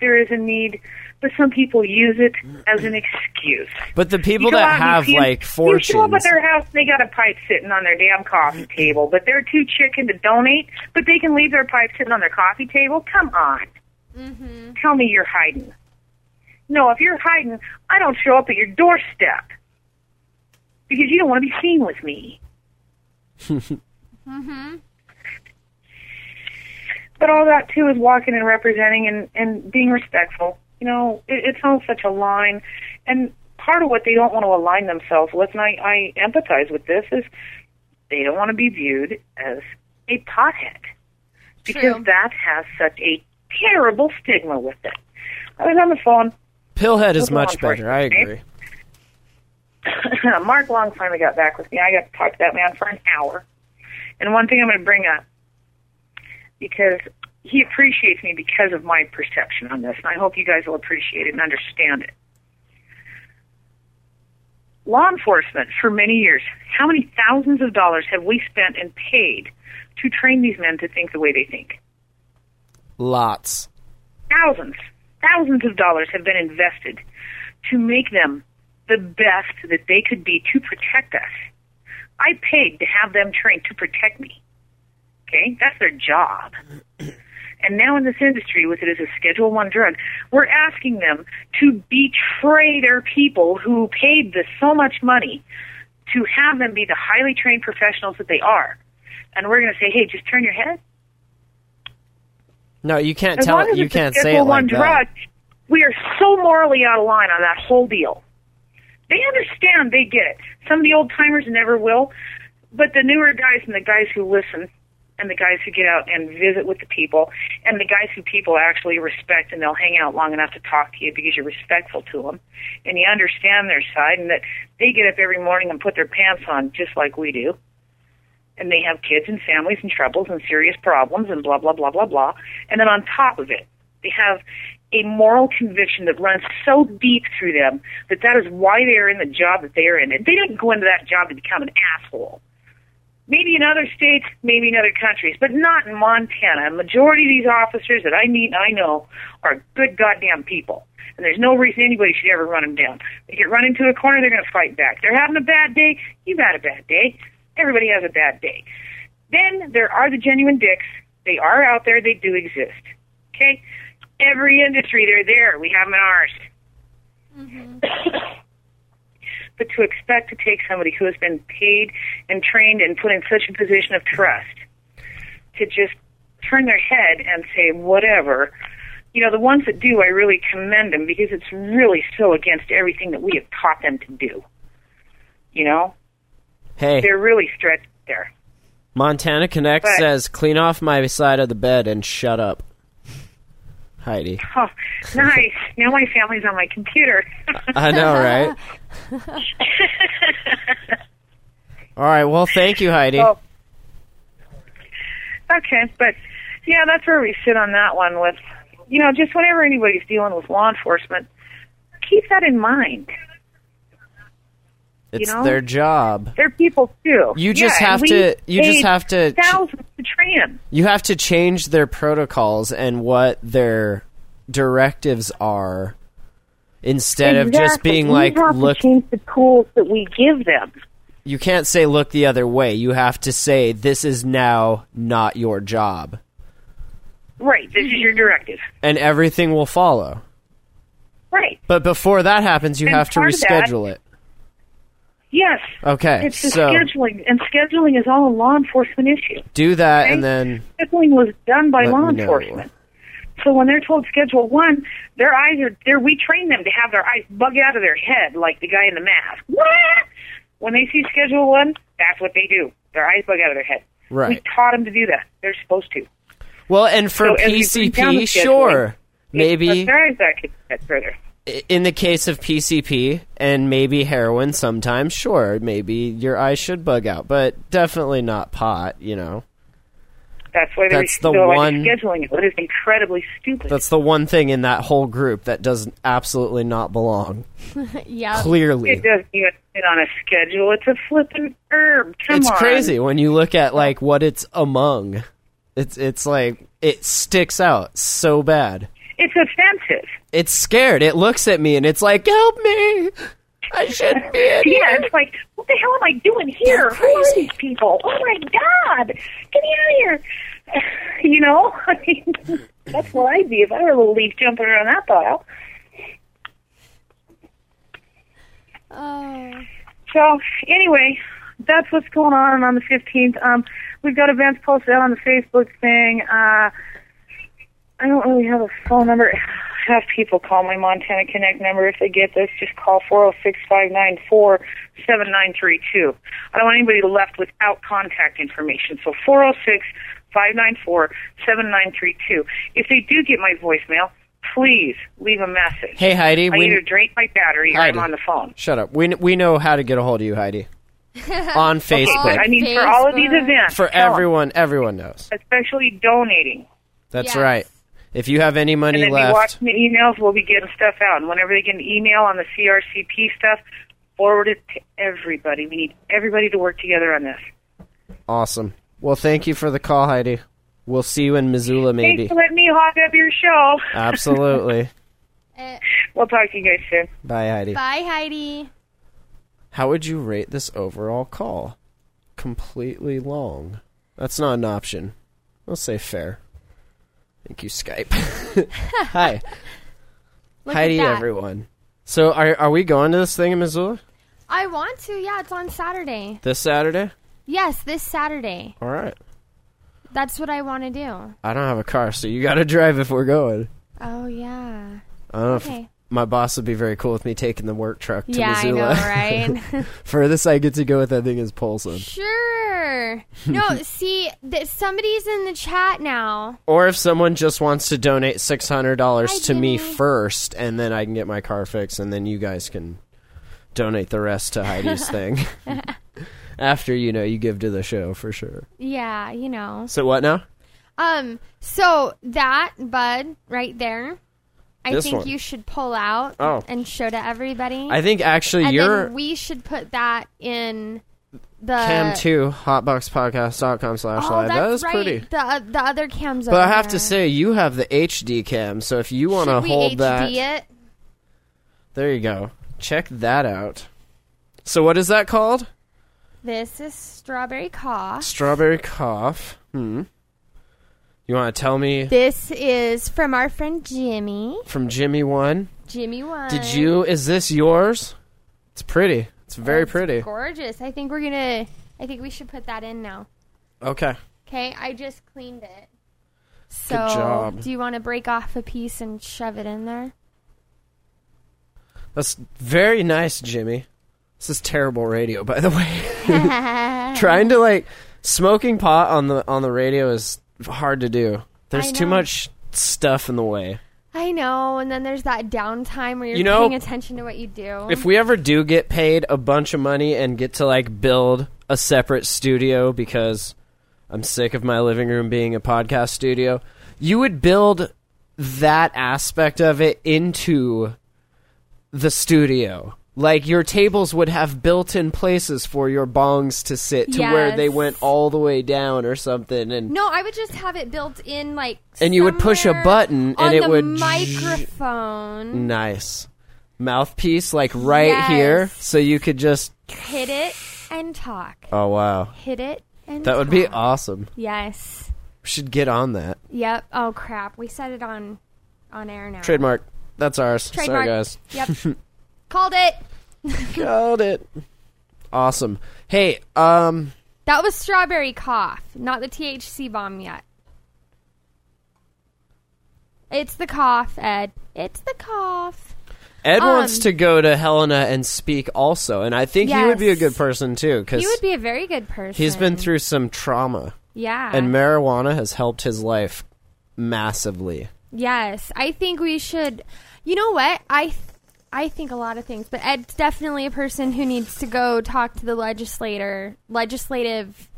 there is a need, but some people use it as an excuse. But the You people go out that and have you- like You show up at fortunes, their house, they got a pipe sitting on their damn coffee table, but they're too chicken to donate, but they can leave their pipe sitting on their coffee table? Come on. Tell me you're hiding. No, if you're hiding, I don't show up at your doorstep because you don't want to be seen with me. But all that too is walking and representing and and being respectful. You know, it, it's on such a line, and part of what they don't want to align themselves with, and I, I empathize with this, is they don't want to be viewed as a pothead because True. that has such a terrible stigma with it. I was on the phone Pillhead is Hold on much for a better. I second. agree. [laughs] Mark Long finally got back with me. I got to talk to that man for an hour. And one thing I'm going to bring up, because he appreciates me because of my perception on this, and I hope you guys will appreciate it and understand it. Law enforcement, for many years, how many thousands of dollars have we spent and paid to train these men to think the way they think? Lots. thousands, thousands of dollars have been invested to make them the best that they could be to protect us. I paid to have them trained to protect me. Okay, that's their job. [clears throat] And now in this industry, with it as a Schedule One drug, we're asking them to betray their people who paid this so much money to have them be the highly trained professionals that they are. And we're going to say, hey, just turn your head. No, you can't As tell long it. as You it's can't a say Schedule it like One drug, that. we are so morally out of line on that whole deal. They understand, they get it. Some of the old timers never will, but the newer guys and the guys who listen and the guys who get out and visit with the people and the guys who people actually respect and they'll hang out long enough to talk to you because you're respectful to them and you understand their side and that they get up every morning and put their pants on just like we do and they have kids and families and troubles and serious problems and blah blah blah blah blah and then on top of it they have a moral conviction that runs so deep through them that that is why they are in the job that they are in and they didn't go into that job to become an asshole maybe in other states maybe in other countries but not in montana a majority of these officers that i meet and i know are good goddamn people and there's no reason anybody should ever run them down they get run into a corner they're going to fight back they're having a bad day you've had a bad day Everybody has a bad day. Then there are the genuine dicks. They are out there. They do exist. Okay? Every industry, they're there. We have them in ours. but to expect to take somebody who has been paid and trained and put in such a position of trust to just turn their head and say whatever. You know, the ones that do, I really commend them because it's really so against everything that we have taught them to do. You know? Hey, they're really stretched there. Montana Connect But- says, "Clean off my side of the bed and shut up." Heidi, Oh, nice. Now my family's on my computer. [laughs] I know, right? All right. Well, thank you, Heidi. Oh. okay, but yeah, that's where we sit on that one with, you know, just whenever anybody's dealing with law enforcement, keep that in mind. it's know? their job. They're people too. You just Yeah, and have we to- you just paid have to- thousands to train 'em. You have to change their protocols and what their directives are, instead of just Exactly. being We like, have "Look, to change the tools that we give them. you can't say look the other way. You have to say this is now not your job." Right. This is Mm-hmm. your directive. And everything will follow. Right. But before that happens, you And have to part of that- reschedule it. Yes. Okay, It's just so- scheduling, and scheduling is all a law enforcement issue. Do that okay? and then scheduling was done by Let law me know. enforcement. So when they're told Schedule One, their eyes are there. We train them to have their eyes bug out of their head, like the guy in the mask. What? When they see Schedule One, that's what they do. Their eyes bug out of their head. Right. We taught them to do that. They're supposed to. Well, and for So as we bring down the PCP, scheduling, sure. But Maybe their eyes that could get further. i- in the case of PCP and maybe heroin sometimes, sure, maybe your eyes should bug out, but definitely not pot, you know. That's why they're That's the they're like one- scheduling it. It is incredibly stupid. That's the one thing in that whole group that does absolutely not belong. Yeah. it Clearly. doesn't even fit on a schedule. It's a flippin' herb. Come It's on. crazy when you look at like what it's among. It's it's like it sticks out so bad. It's offensive. It's scared. It looks at me and it's like, help me. I shouldn't be [laughs] in Yeah, here. it's like, what the hell am I doing here? Who are these people? Oh my god, get me out of here! [sighs] you know, [laughs] I mean, that's what I'd be if I were a little leaf jumping around that pile. Oh. So anyway, that's what's going on on the fifteenth. Um, we've got events posted on the Facebook thing. Uh, I don't really have a phone number. Have people call my Montana Connect number if they get this. Just call four zero six five nine four seven nine three two. I don't want anybody left without contact information. So four zero six five nine four seven nine three two. If they do get my voicemail, please leave a message. Hey, Heidi. I we- either drain my battery or Heidi. I'm on the phone. Shut up. We, we know how to get a hold of you, Heidi. On Facebook. But I mean, for all of these Facebook. events, For tell 'em. everyone, everyone knows. especially donating. That's Yes. right. If you have any And money then they watch left, the emails, we'll be getting stuff out. And whenever they get an email on the CRCP stuff, forward it to everybody. We need everybody to work together on this. awesome. Well, thank you for the call, Heidi. We'll see you in Missoula, Thanks maybe. for letting me hog up your show. Uh, Absolutely. Eh, We'll talk to you guys soon. Bye, Heidi. bye, Heidi. How would you rate this overall call? Completely long. That's not an option. I'll say fair. Thank you, Skype. [laughs] Hi, [laughs] Look Heidi, at that. everyone. So, are are we going to this thing in Missoula I want to. Yeah, it's on Saturday. this Saturday? Yes, this Saturday. All right. That's what I want to do. I don't have a car, so you got to drive if we're going. Oh yeah. I don't know if Okay. my boss would be very cool with me taking the work truck to yeah, Missoula. [laughs] I know, right? Furthest I get to go with that thing is Polson. sure. No, see, th- somebody's in the chat now. Or if someone just wants to donate six hundred dollars Hi, to me Jimmy. first, and then I can get my car fixed, and then you guys can donate the rest [laughs] to Heidi's thing. [laughs] After you know you give to the show for sure. Yeah, you know. So what now? Um, so that bud right there, I This think one. you should pull out Oh. and show to everybody. I think actually and your then we should put that in the cam two hotboxpodcast.com slash Oh, live. that's That was right. pretty. The the other cams. But I over have there. to say you have the HD cam, so if you want to should we hold HD that, it? there you go. Check that out. So what is that called? This is strawberry cough. Strawberry cough. Hmm. You want to tell me This is from our friend Jimmy. from Jimmy One? Jimmy one. Did you? Is this yours? It's pretty. It's very That's pretty. Gorgeous. I think we're gonna. I think we should put that in now. Okay. Okay, I just cleaned it. So, job. do you want to break off a piece and shove it in there? That's very nice, Jimmy. This is terrible radio, by the way. [laughs] Trying to like smoking pot on the on the radio is hard to do. There's I too know. much stuff in the way. I know. And then there's that downtime where you're You know, paying attention to what you do. If we ever do get paid a bunch of money and get to like build a separate studio because I'm sick of my living room being a podcast studio, you would build that aspect of it into the studio. Like your tables would have built-in places for your bongs to sit to where they Yes. went all the way down or something and no, I would just have it built in, like. And you would push a somewhere button and on it the would zzz- microphone nice mouthpiece like right here Yes. so you could just hit it and talk. Oh wow. Hit it and That would be talk. awesome. Yes. We should get on that. Yep. Oh crap. We said it on on air now. Trademark. That's ours. Trademark. Sorry, guys. [laughs] Yep. Called it. Got it. Awesome. Hey, um, That was strawberry cough, not the THC bomb yet. It's the cough, Ed. It's the cough. Ed Um, wants to go to Helena and speak also, and I think he would be a Yes. good person too because He would be a very good person. Uh-huh. he's been through some trauma, Yeah. and marijuana has helped his life massively. yes, I think we should. You know what? I th- I think a lot of things, but Ed's definitely a person who needs to go talk to the legislator, legislative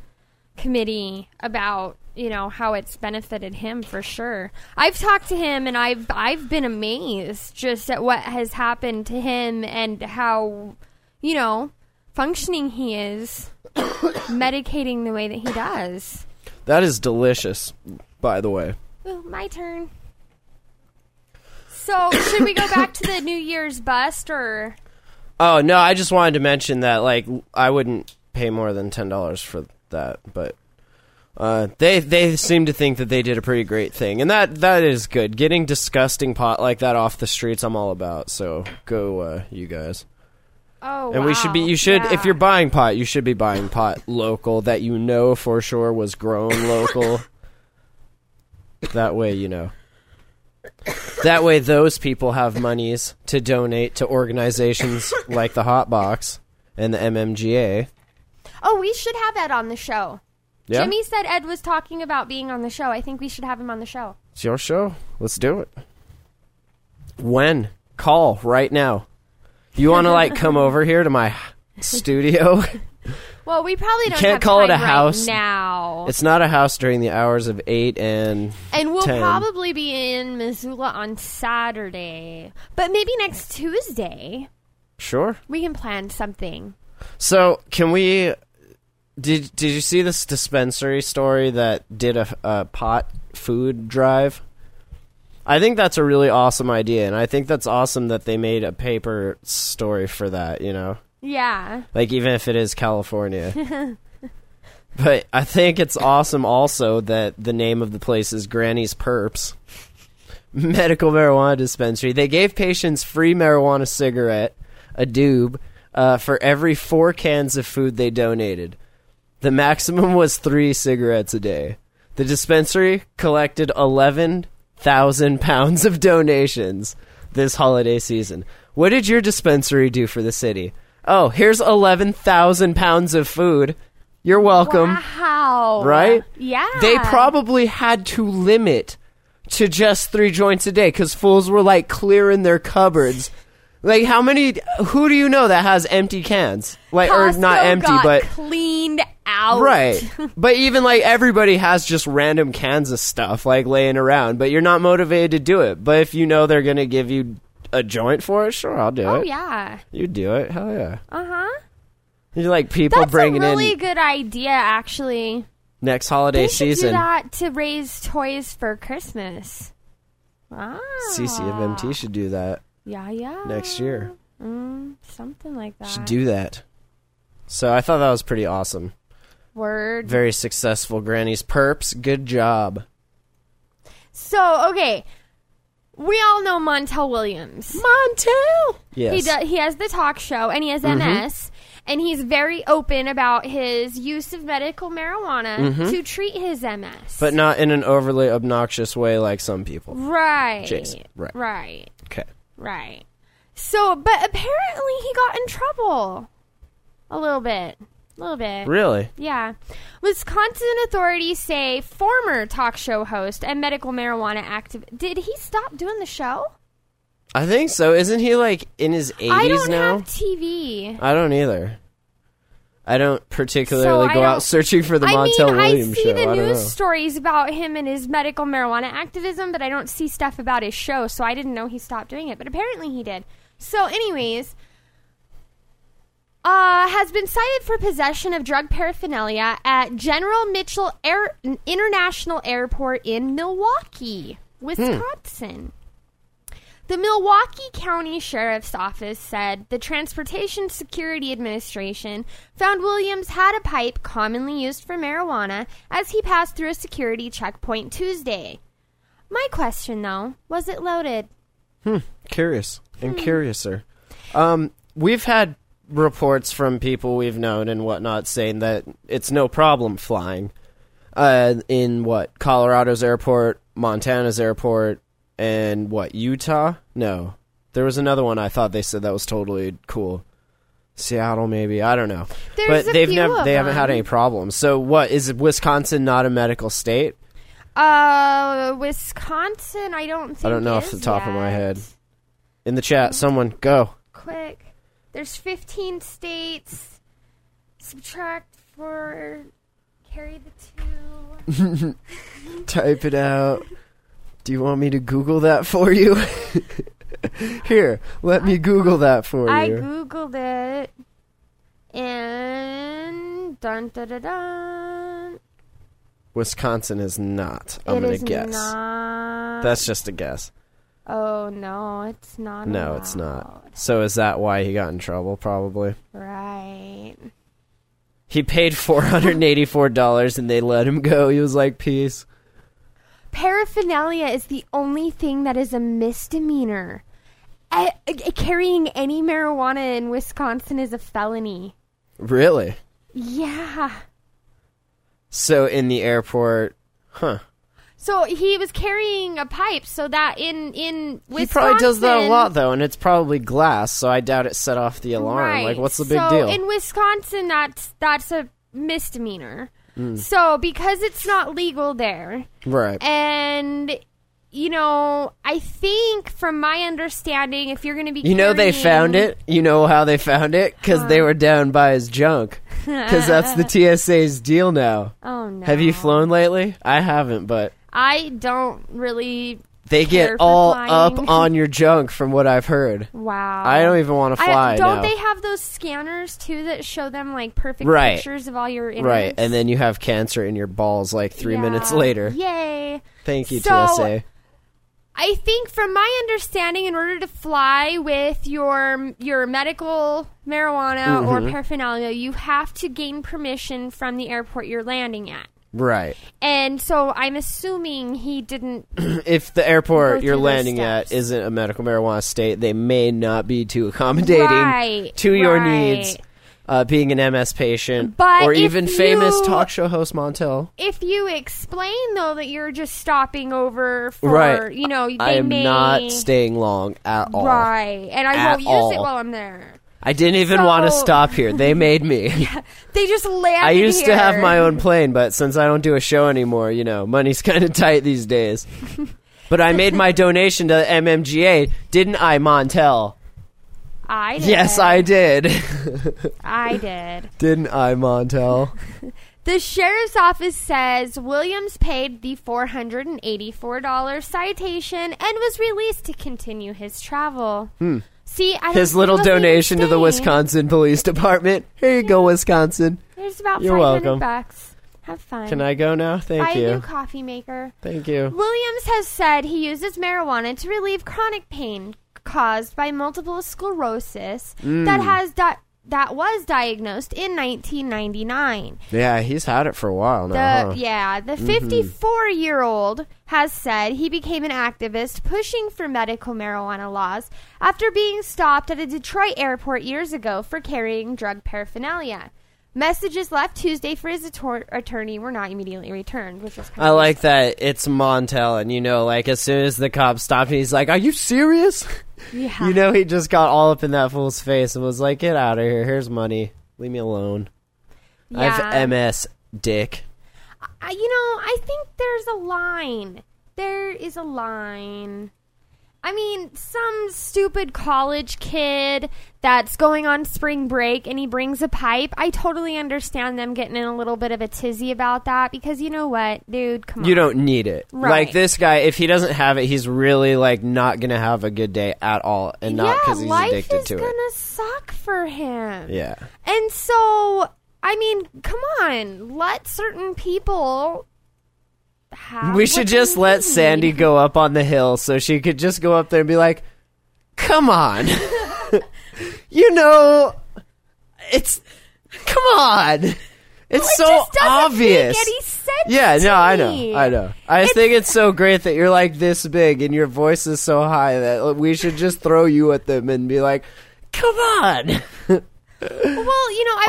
committee about you know how it's benefited him for sure. I've talked to him and I've I've been amazed just at what has happened to him and how you know functioning he is [coughs] medicating the way that he does. That is delicious, by the way. Ooh, my turn. So should we go back to the New Year's bust or? Oh no, I just wanted to mention that like I wouldn't pay more than ten dollars for that, but uh, they they seem to think that they did a pretty great thing, and that that is good. Getting disgusting pot like that off the streets, I'm all about. So go, uh, you guys. Oh, And we should be. wow. You should Yeah. if you're buying pot, you should be buying pot local that you know for sure [coughs] was grown local. that way, you know. That way, those people have monies to donate [laughs] to organizations like the Hot Box and the MMGA. Oh, we should have Ed on the show. Yeah, Jimmy said Ed was talking about being on the show. I think we should have him on the show. it's your show. Let's do it. When call right now. You want to like come over here [laughs] to my studio? Well, we probably don't can't have call it time a right house. now, it's not a house during the hours of eight and and we'll 10. probably be in Missoula on Saturday, but maybe next Tuesday sure. we can plan something. So can we? Did Did you see this dispensary story that did a, a pot food drive? I think that's a really awesome idea, and I think that's awesome that they made a paper story for that. You know, Yeah, like even if it is California. but I think it's awesome also that the name of the place is Granny's Perps [laughs] Medical Marijuana Dispensary. They gave patients free marijuana cigarette, a doob, uh, for every four cans of food they donated. The maximum was three cigarettes a day. The dispensary collected 11,000 pounds of donations this holiday season. What did your dispensary do for the city? Oh, here's 11,000 pounds of food. You're welcome. wow, Um, Right? Yeah, They probably had to limit to just three joints a day because fools were like clearing their cupboards. Like, how many? Who do you know that has empty cans? Like, or not Costco empty, got but cleaned out. [laughs] Right. but even like everybody has just random cans of stuff like laying around, but you're not motivated to do it. But if you know they're going to give you a joint for it, sure, I'll do Oh it. yeah. You do it. Hell yeah. Uh huh. You're like people That's a bringing really in good idea, actually. next holiday They should season. do that to raise toys for Christmas. Wow. CC of MT should do that Yeah, yeah. next year. Something like that. Should do that. So I thought that was pretty awesome. Word. Very successful, Granny's Perps. Good job. so, okay. We all know Montel Williams. Montel. Yes. Mm-hmm. He does, he has the talk show and he has MS and he's very open about his use of medical marijuana to treat his MS. Mm-hmm. But not in an overly obnoxious way like some people. right. Jason, right. Right. Okay. Right. So, but apparently he got in trouble a little bit. A little bit. Really? Yeah. Wisconsin authorities say former talk show host and medical marijuana active. Did he stop doing the show? I think so. Isn't he like in his I don't eighties now? have TV. I don't either. I don't particularly So I go don't- out searching for the I Montel mean, I Williams see show. the I don't news know. stories about him and his medical marijuana activism, but I don't see stuff about his show, so I didn't know he stopped doing it, but apparently he did. So, anyways, uh, has been cited for possession of drug paraphernalia at General Mitchell Air- International Airport in Milwaukee, Hmm. Wisconsin. The Milwaukee County Sheriff's Office said the Transportation Security Administration found Williams had a pipe commonly used for marijuana as he passed through a security checkpoint Tuesday. My question, though, was it loaded? Curious Hmm. and curiouser. Um, we've had reports from people we've known and whatnot saying that it's no problem flying. Uh, in what Colorado's airport, Montana's airport, and what Utah? No, there was another one. I thought they said that was totally cool. Seattle, maybe I don't know, There's a but they've few never of they haven't had them. any problems. So what is Wisconsin not a medical state? Uh, Wisconsin, I don't think I don't know off is the top of my yet. head. In the chat, someone go. Quick. There's 15 states. Subtract for. Carry the two. type it out. Do you want me to Google that for you? [laughs] Here, let me Google that for I you. googled it, and dun dun dun dun. Wisconsin is not. I'm It gonna is guess. not. That's just a guess. Oh no, it's not. No, it's not. allowed. So is that why he got in trouble? Probably. Right. He paid four hundred and eighty-four dollars, and they let him go. He was like, "Peace." Paraphernalia is the only thing that is a misdemeanor. Eh, eh, carrying any marijuana in Wisconsin is a felony. Really? Yeah. So in the airport, huh? So he was carrying a pipe, so that in in Wisconsin, He probably does that a lot though, and it's probably glass, so I doubt it set off the alarm. Right. Like, what's the big so deal? In Wisconsin, that's that's a misdemeanor. Hmm. So because it's not legal there, right. and you know, I think from my understanding, if you're going to be, You know they carrying- found it. You know how they found it because they were down by his junk. Because that's [laughs] the TSA's deal now. Oh no! Have you flown lately? I haven't, but I don't really. they Care get for all flying. up on your junk, from what I've heard. Wow. I don't even want to fly I, don't now. they have those scanners too that show them like perfect Right. pictures of all your innards? right, and then you have cancer in your balls like three Yeah. minutes later. Yay! Thank you, So- TSA. I think, from my understanding, in order to fly with your your medical marijuana Mm-hmm. or paraphernalia, you have to gain permission from the airport you're landing at. Right. And so I'm assuming he didn't. If the Go airport through you're those landing at steps. isn't a medical marijuana state, they may not be too accommodating Right, to your right. needs. Uh, being an MS patient, But or if even famous you- talk show host Montel. If you explain though that you're just stopping over for, right. you know, they I am may not staying long at all. right, and I At won't use it all. while I'm there. I didn't even want to So- stop [laughs] here. They made me. They just land. [laughs] I used to have my own plane, but since I don't do a show anymore, you know, money's [laughs] kind of tight these [laughs] days. but I made my donation to MMGA, didn't I, Montel? I did. Yes, I did. [laughs] I did. didn't I, Montel? The sheriff's office says Williams paid the $484 citation and was released to continue his travel. See, [laughs] I Hmm. His don't- little he doesn't even donation to the stay. Wisconsin Police Department. Here you go, Wisconsin. There's about You're 500 welcome. bucks. Have fun. Can I go now? buy Thank a new you. coffee maker? Thank you. Williams has said he uses marijuana to relieve chronic pain caused by multiple sclerosis Hmm. that has di- that was diagnosed in 1999. Yeah, he's had it for a while now. The huh? yeah, the Mm-hmm. 54 year old has said he became an activist pushing for medical marijuana laws after being stopped at a Detroit airport years ago for carrying drug paraphernalia. Messages left Tuesday for his attor- attorney were not immediately returned, which was kind I like that it's Montel, and you know, like as soon as the cop stopped, me, he's like, "Are you serious?" Yeah. [laughs] You know, he just got all up in that fool's face and was like, "Get out of here! Here's money. Leave me alone. I Yeah. have MS, dick." I, you know, I think there's a line. There is a line. I mean, some stupid college kid that's going on spring break and he brings a pipe. I totally understand them getting in a little bit of a tizzy about that because you know what, dude? Come on. You don't need it. Right. Like this guy, if he doesn't have it, he's really like not gonna have a good day at all, and not yeah, because he's life addicted is to gonna it. suck for him. Yeah. And so, I mean, come on, let certain people. Have We what should they just let need. Sandy go up on the hill so she could just go up there and be like, "Come on, [laughs] you know, it's come on, it's so just doesn't obvious." make any sense yeah, to no, I know, me. I know. I just think it's so great that you're like this big and your voice is so high that we should just throw you at them and be like, "Come [laughs] on." Well, you know, I was,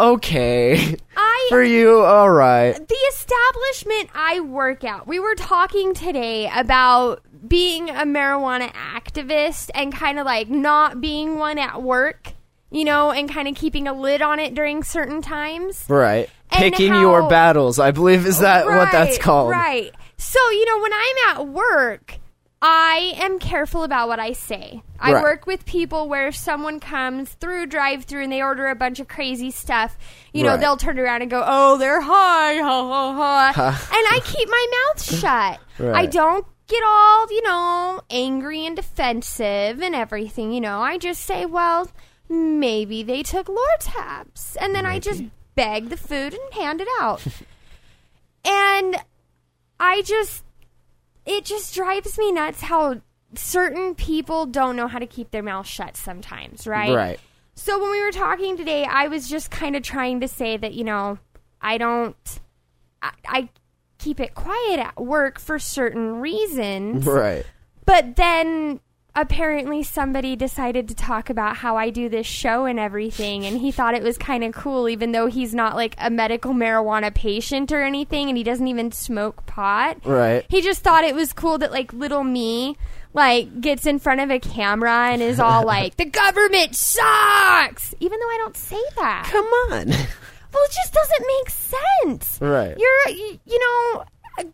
oh, okay. I For you, all right. the establishment I work at, we were talking today about being a marijuana activist and kind of like not being one at work, you know, and kind of keeping a lid on it during certain times. Right. And Picking how- your battles, I believe is that what that's Right, called. Right. So, you know, when I'm at work, I am careful about what I say. I Right. work with people where if someone comes through drive through and they order a bunch of crazy stuff, you know, Right. they'll turn around and go, Oh, they're high, ha ha ha and I keep my mouth shut. I Right. don't get all, you know, angry and defensive and everything, you know. I just say, Well, maybe they took Lortabs and then I just bag the food and hand it out. [laughs] and I just it just drives me nuts how certain people don't know how to keep their mouth shut sometimes, right? Right. So when we were talking today, I was just kind of trying to say that, you know, I don't I, I keep it quiet at work for certain reasons. Right. But then apparently somebody decided to talk about how I do this show and everything and he thought it was kind of cool even though he's not like a medical marijuana patient or anything and he doesn't even smoke pot. Right. He just thought it was cool that like little me like gets in front of a camera and is all like the government sucks even though I don't say that. Come on. Well, it just doesn't make sense. Right. You're, you, you know, uh,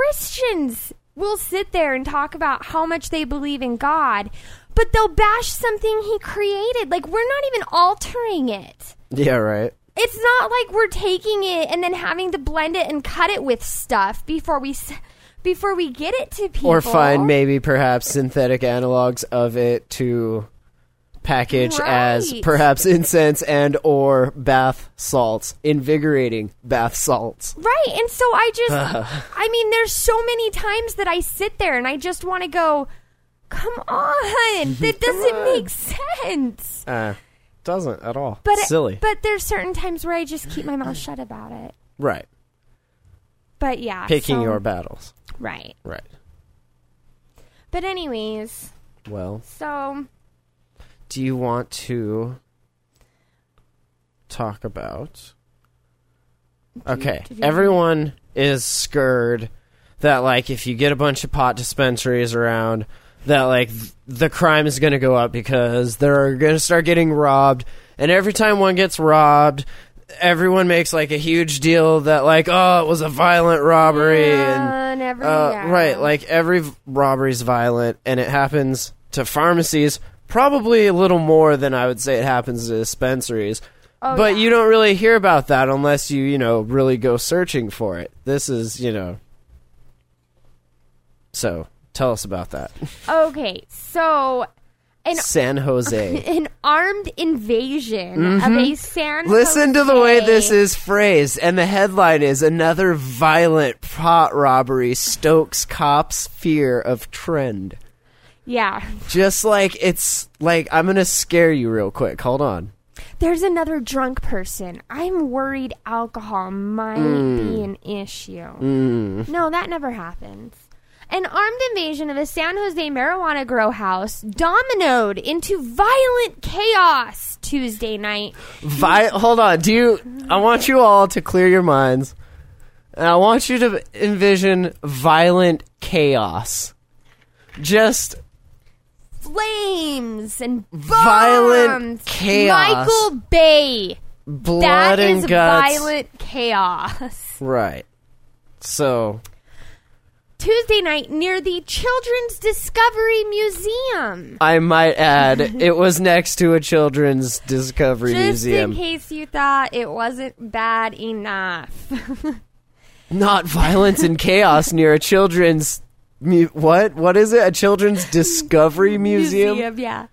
Christians will sit there and talk about how much they believe in God, but they'll bash something he created. Like, we're not even altering it. [laughs] yeah, right. It's not like we're taking it and then having to blend it and cut it with stuff before we. S- before we get it to people, Or find maybe perhaps synthetic analogs of it to package as Right. perhaps incense and or bath salts, invigorating bath salts. Right. And so I just, [laughs] I mean, there's so many times that I sit there and I just want to go, come on. Mm-hmm. That doesn't make sense. Uh, doesn't at all. But silly. but there's certain times where I just keep my mouth shut about it. right. But yeah. Picking so- your battles. Right. Right. But, anyways, Well, so do you want to talk about okay everyone is scared that like if you get a bunch of pot dispensaries around that like th- the crime is going to go up because they're going to start getting robbed and every time one gets robbed everyone makes like a huge deal that like oh it was a violent robbery Yeah, and and every- uh, yeah. right like every v- robbery's violent and it happens to pharmacies probably a little more than i would say it happens to dispensaries but Oh, yeah. you don't really hear about that unless you you know really go searching for it this is you know so tell us about that okay, so [laughs] [laughs] san jose an armed invasion of a San. Mm-hmm. listen to the way Jose- this is phrased and the headline is another violent pot robbery stokes cops fear of trend Yeah, just like it's like i'm gonna scare you real quick hold on there's another drunk person. I'm worried alcohol might Mm. be an issue. No, that never happens. An armed invasion of a San Jose marijuana grow house dominoed into violent chaos Tuesday night. Vi- hold on. Do you? I want you all to clear your minds. And I want you to envision violent chaos. Just Flames and bombs. Violent chaos. Michael Bay. blood that and is guts. violent chaos. Right. So Tuesday night near the Children's Discovery Museum. I might add, it was next to a children's discovery Just museum. in case you thought it wasn't bad enough. [laughs] Not violence and chaos near a children's. Mu- what? What is it? A [laughs] children's discovery museum? yeah.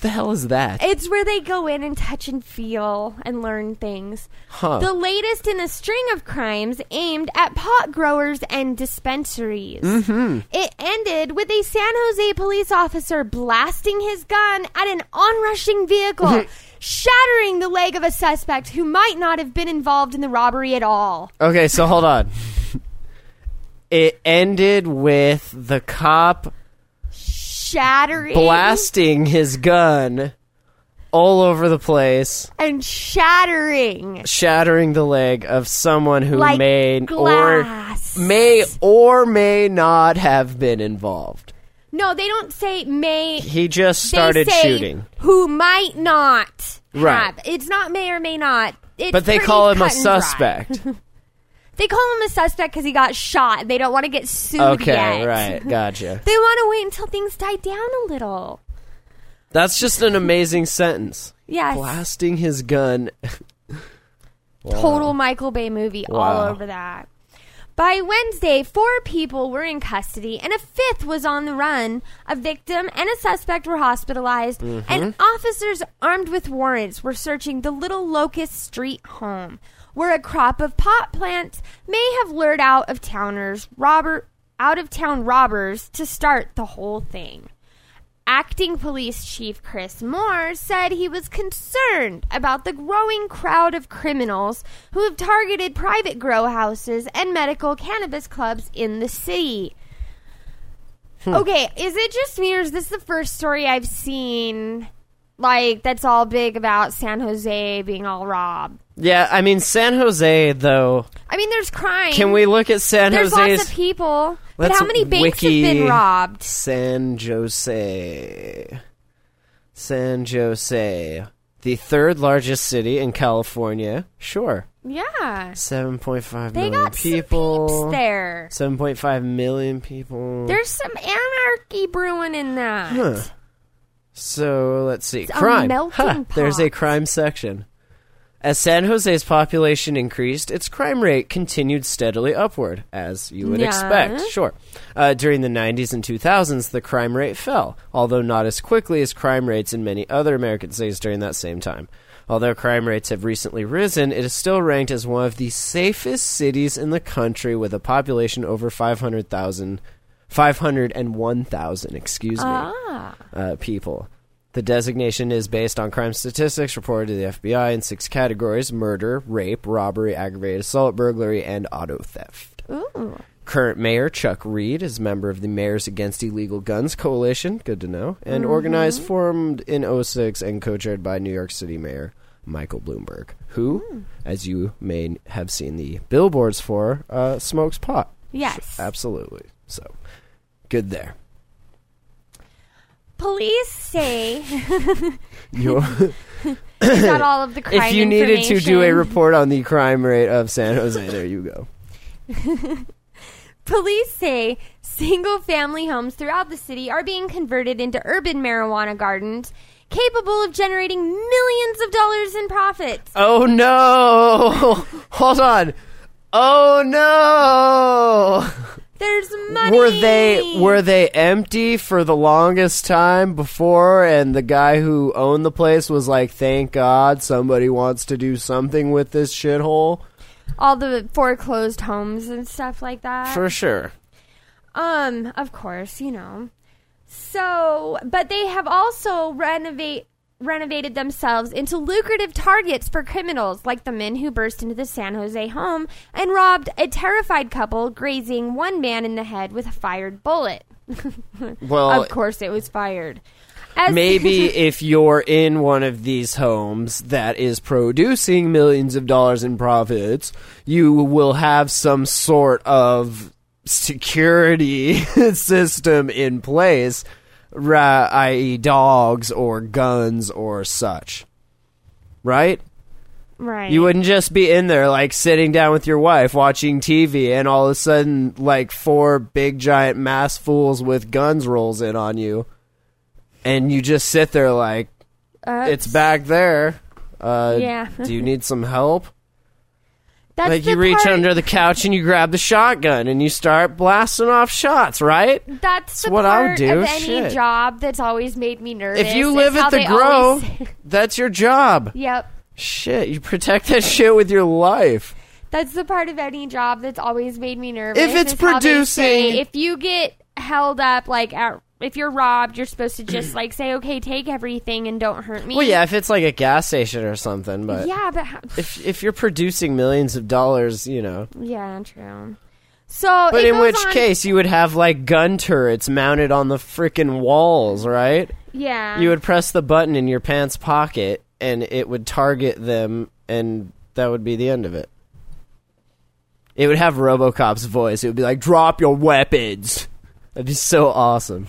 The hell is that? It's where they go in and touch and feel and learn things. Huh. The latest in a string of crimes aimed at pot growers and dispensaries. Mm-hmm. It ended with a San Jose police officer blasting his gun at an onrushing vehicle, Mm-hmm. shattering the leg of a suspect who might not have been involved in the robbery at all. Okay, so hold on. It ended with the cop Shattering blasting his gun all over the place, and shattering shattering the leg of someone who like may glass. or may or may not have been involved. no, they don't say may He just they started say shooting. Who might not Right. have. It's not may or may not. It's But they pretty call him a cut and dry. [laughs] suspect. They call him a suspect because he got shot. They don't want to get sued okay, yet. right. Gotcha. They want to wait until things die down a little. That's just an amazing sentence. Yes. Blasting his gun. Total Michael Bay movie all Wow. over that. By Wednesday, four people were in custody and a fifth was on the run. A victim and a suspect were hospitalized, and officers armed with warrants were searching the Little Locust Street home, where a crop of pot plants may have lured out of towners robber out of town robbers to start the whole thing. Acting Police Chief Chris Moore said he was concerned about the growing crowd of criminals who have targeted private grow houses and medical cannabis clubs in the city. Hmm. Okay, is it just me or is this the first story I've seen like that's all big about San Jose being all robbed? Yeah, I mean San Jose though. I mean, there's crime. Can we look at San There's Jose's lots of people, but Let's how many banks wiki have been robbed? San Jose. San Jose. The third largest city in California. Sure. Yeah, 7.5 they million got people. some peeps there. 7.5 million people. There's some anarchy brewing in that. Huh. So let's see. a crime. melting Huh, There's a pot. crime section. As San Jose's population increased, its crime rate continued steadily upward, as you would Yeah. expect. Sure. Uh, during the 90s and 2000s, the crime rate fell, although not as quickly as crime rates in many other American cities during that same time. Although crime rates have recently risen, it is still ranked as one of the safest cities in the country with a population over 500,000. 501,000, excuse me Ah. uh, people. The designation is based on crime statistics reported to the FBI in six categories murder, rape, robbery, aggravated assault, burglary, and auto theft. Current mayor Chuck Reed is a member of the Mayors Against Illegal Guns Coalition, good to know, and organized, formed in 06 and co chaired by New York City Mayor Michael Bloomberg, who, as you may have seen the billboards for, uh, smokes pot. Yes. Absolutely. So, good there. Police [coughs] say [laughs] You're. they got all of the crime. if you needed to do a information. report on the crime rate of San Jose, there you go. Police say single family homes throughout the city are being converted into urban marijuana gardens capable of generating millions of dollars in profits. [laughs] Oh no! [laughs] Hold on. Oh no! There's money. Were they were they empty for the longest time before and the guy who owned the place was like, "Thank God somebody wants to do something with this shithole?" all the foreclosed homes and stuff like that? For sure. Um, of course, you know. So, but they have also renovate renovated themselves into lucrative targets for criminals, like the men who burst into the San Jose home and robbed a terrified couple, grazing one man in the head with a fired bullet. Well, of course, it was fired. As- Oh, maybe if you're in one of these homes that is producing millions of dollars in profits, you will have some sort of security [laughs] system in place, ra- i.e., dogs or guns or such. Right? [laughs] right? You wouldn't just be in there like sitting down with your wife watching TV and all of a sudden like four big giant mass fools with guns rolls in on you and you just sit there like Uh, it's back there. Uh Yeah. do you need some help? [laughs] That's like the you reach part- under the couch and you grab the shotgun and you start blasting off shots, right? That's the what I would part do, of any shit. job that's always made me nervous. If you is live how at the they grow, [laughs] always- that's your job. yep. Shit, you protect that [laughs] shit with your life. That's the part of any job that's always made me nervous. If it's is how they producing- say if you get held up, like at, if you're robbed, you're supposed to just like say, "Okay, take everything and don't hurt me." Well, yeah, if it's like a gas station or something, but yeah, but how, if if you're producing millions of dollars, you know. yeah, true. So, But it in goes which on- case, you would have like gun turrets mounted on the freaking walls, right? yeah, You would press the button in your pants pocket, and it would target them, and that would be the end of it. It would have RoboCop's voice. It would be like, "Drop your weapons." That'd be so awesome.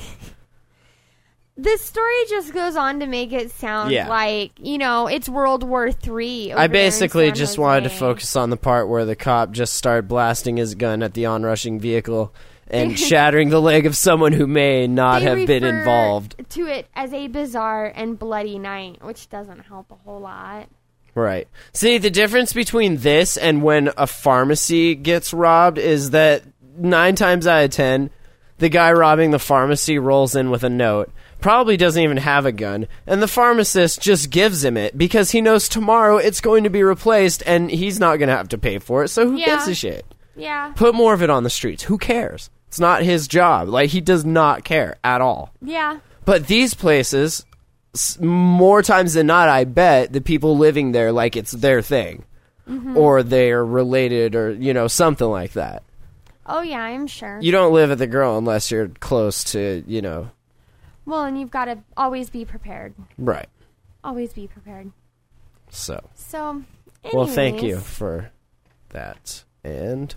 this story just goes on to make it sound Yeah. like you know it's World War Three. I basically just wanted to focus on the part where the cop just started blasting his gun at the onrushing vehicle [laughs] and shattering the leg of someone who may not They have been refer involved. to it as a bizarre and bloody night, which doesn't help a whole lot. Right. See, the difference between this and when a pharmacy gets robbed is that nine times out of ten, the guy robbing the pharmacy rolls in with a note, probably doesn't even have a gun, and the pharmacist just gives him it because he knows tomorrow it's going to be replaced and he's not going to have to pay for it, so who Yeah. gives a shit? Yeah. Put more of it on the streets. Who cares? It's not his job. Like he does not care at all. Yeah. But these places, s- more times than not, I bet the people living there like it's their thing, Mm-hmm. or they're related, or you know something like that. Oh yeah, I'm sure. You don't live at the girl unless you're close to you know well, and you've got to always be prepared. right. Always be prepared. So So. Anyways, well, thank you for that. And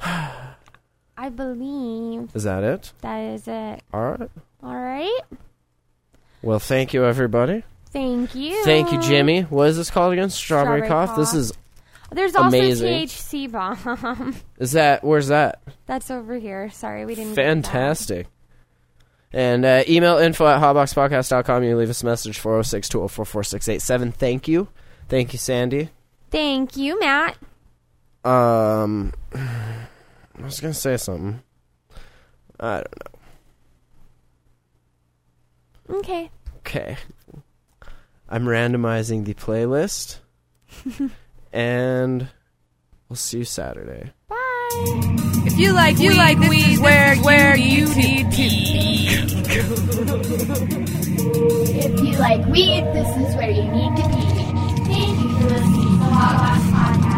I believe is that it? that is it. All right. All right. Well, thank you everybody. Thank you. Thank you, Jimmy. What is this called again? Strawberry, Strawberry cough. This cough. is There's also Amazing. THC bomb. [laughs] is that where's that? That's over here. Sorry, we didn't. get that. Fantastic. And uh, email info at hotboxpodcast.com. You leave us a message 406 204 4687. Thank you. Thank you, Sandy. Thank you, Matt. Um, [sighs] I was going to say something. I don't know. Okay. Okay. I'm randomizing the playlist. and we'll see you Saturday. Bye. If you like you like this is where where you need to be. If you like weed, this is where you need to be. Thank you for listening to the Hot Box Podcast.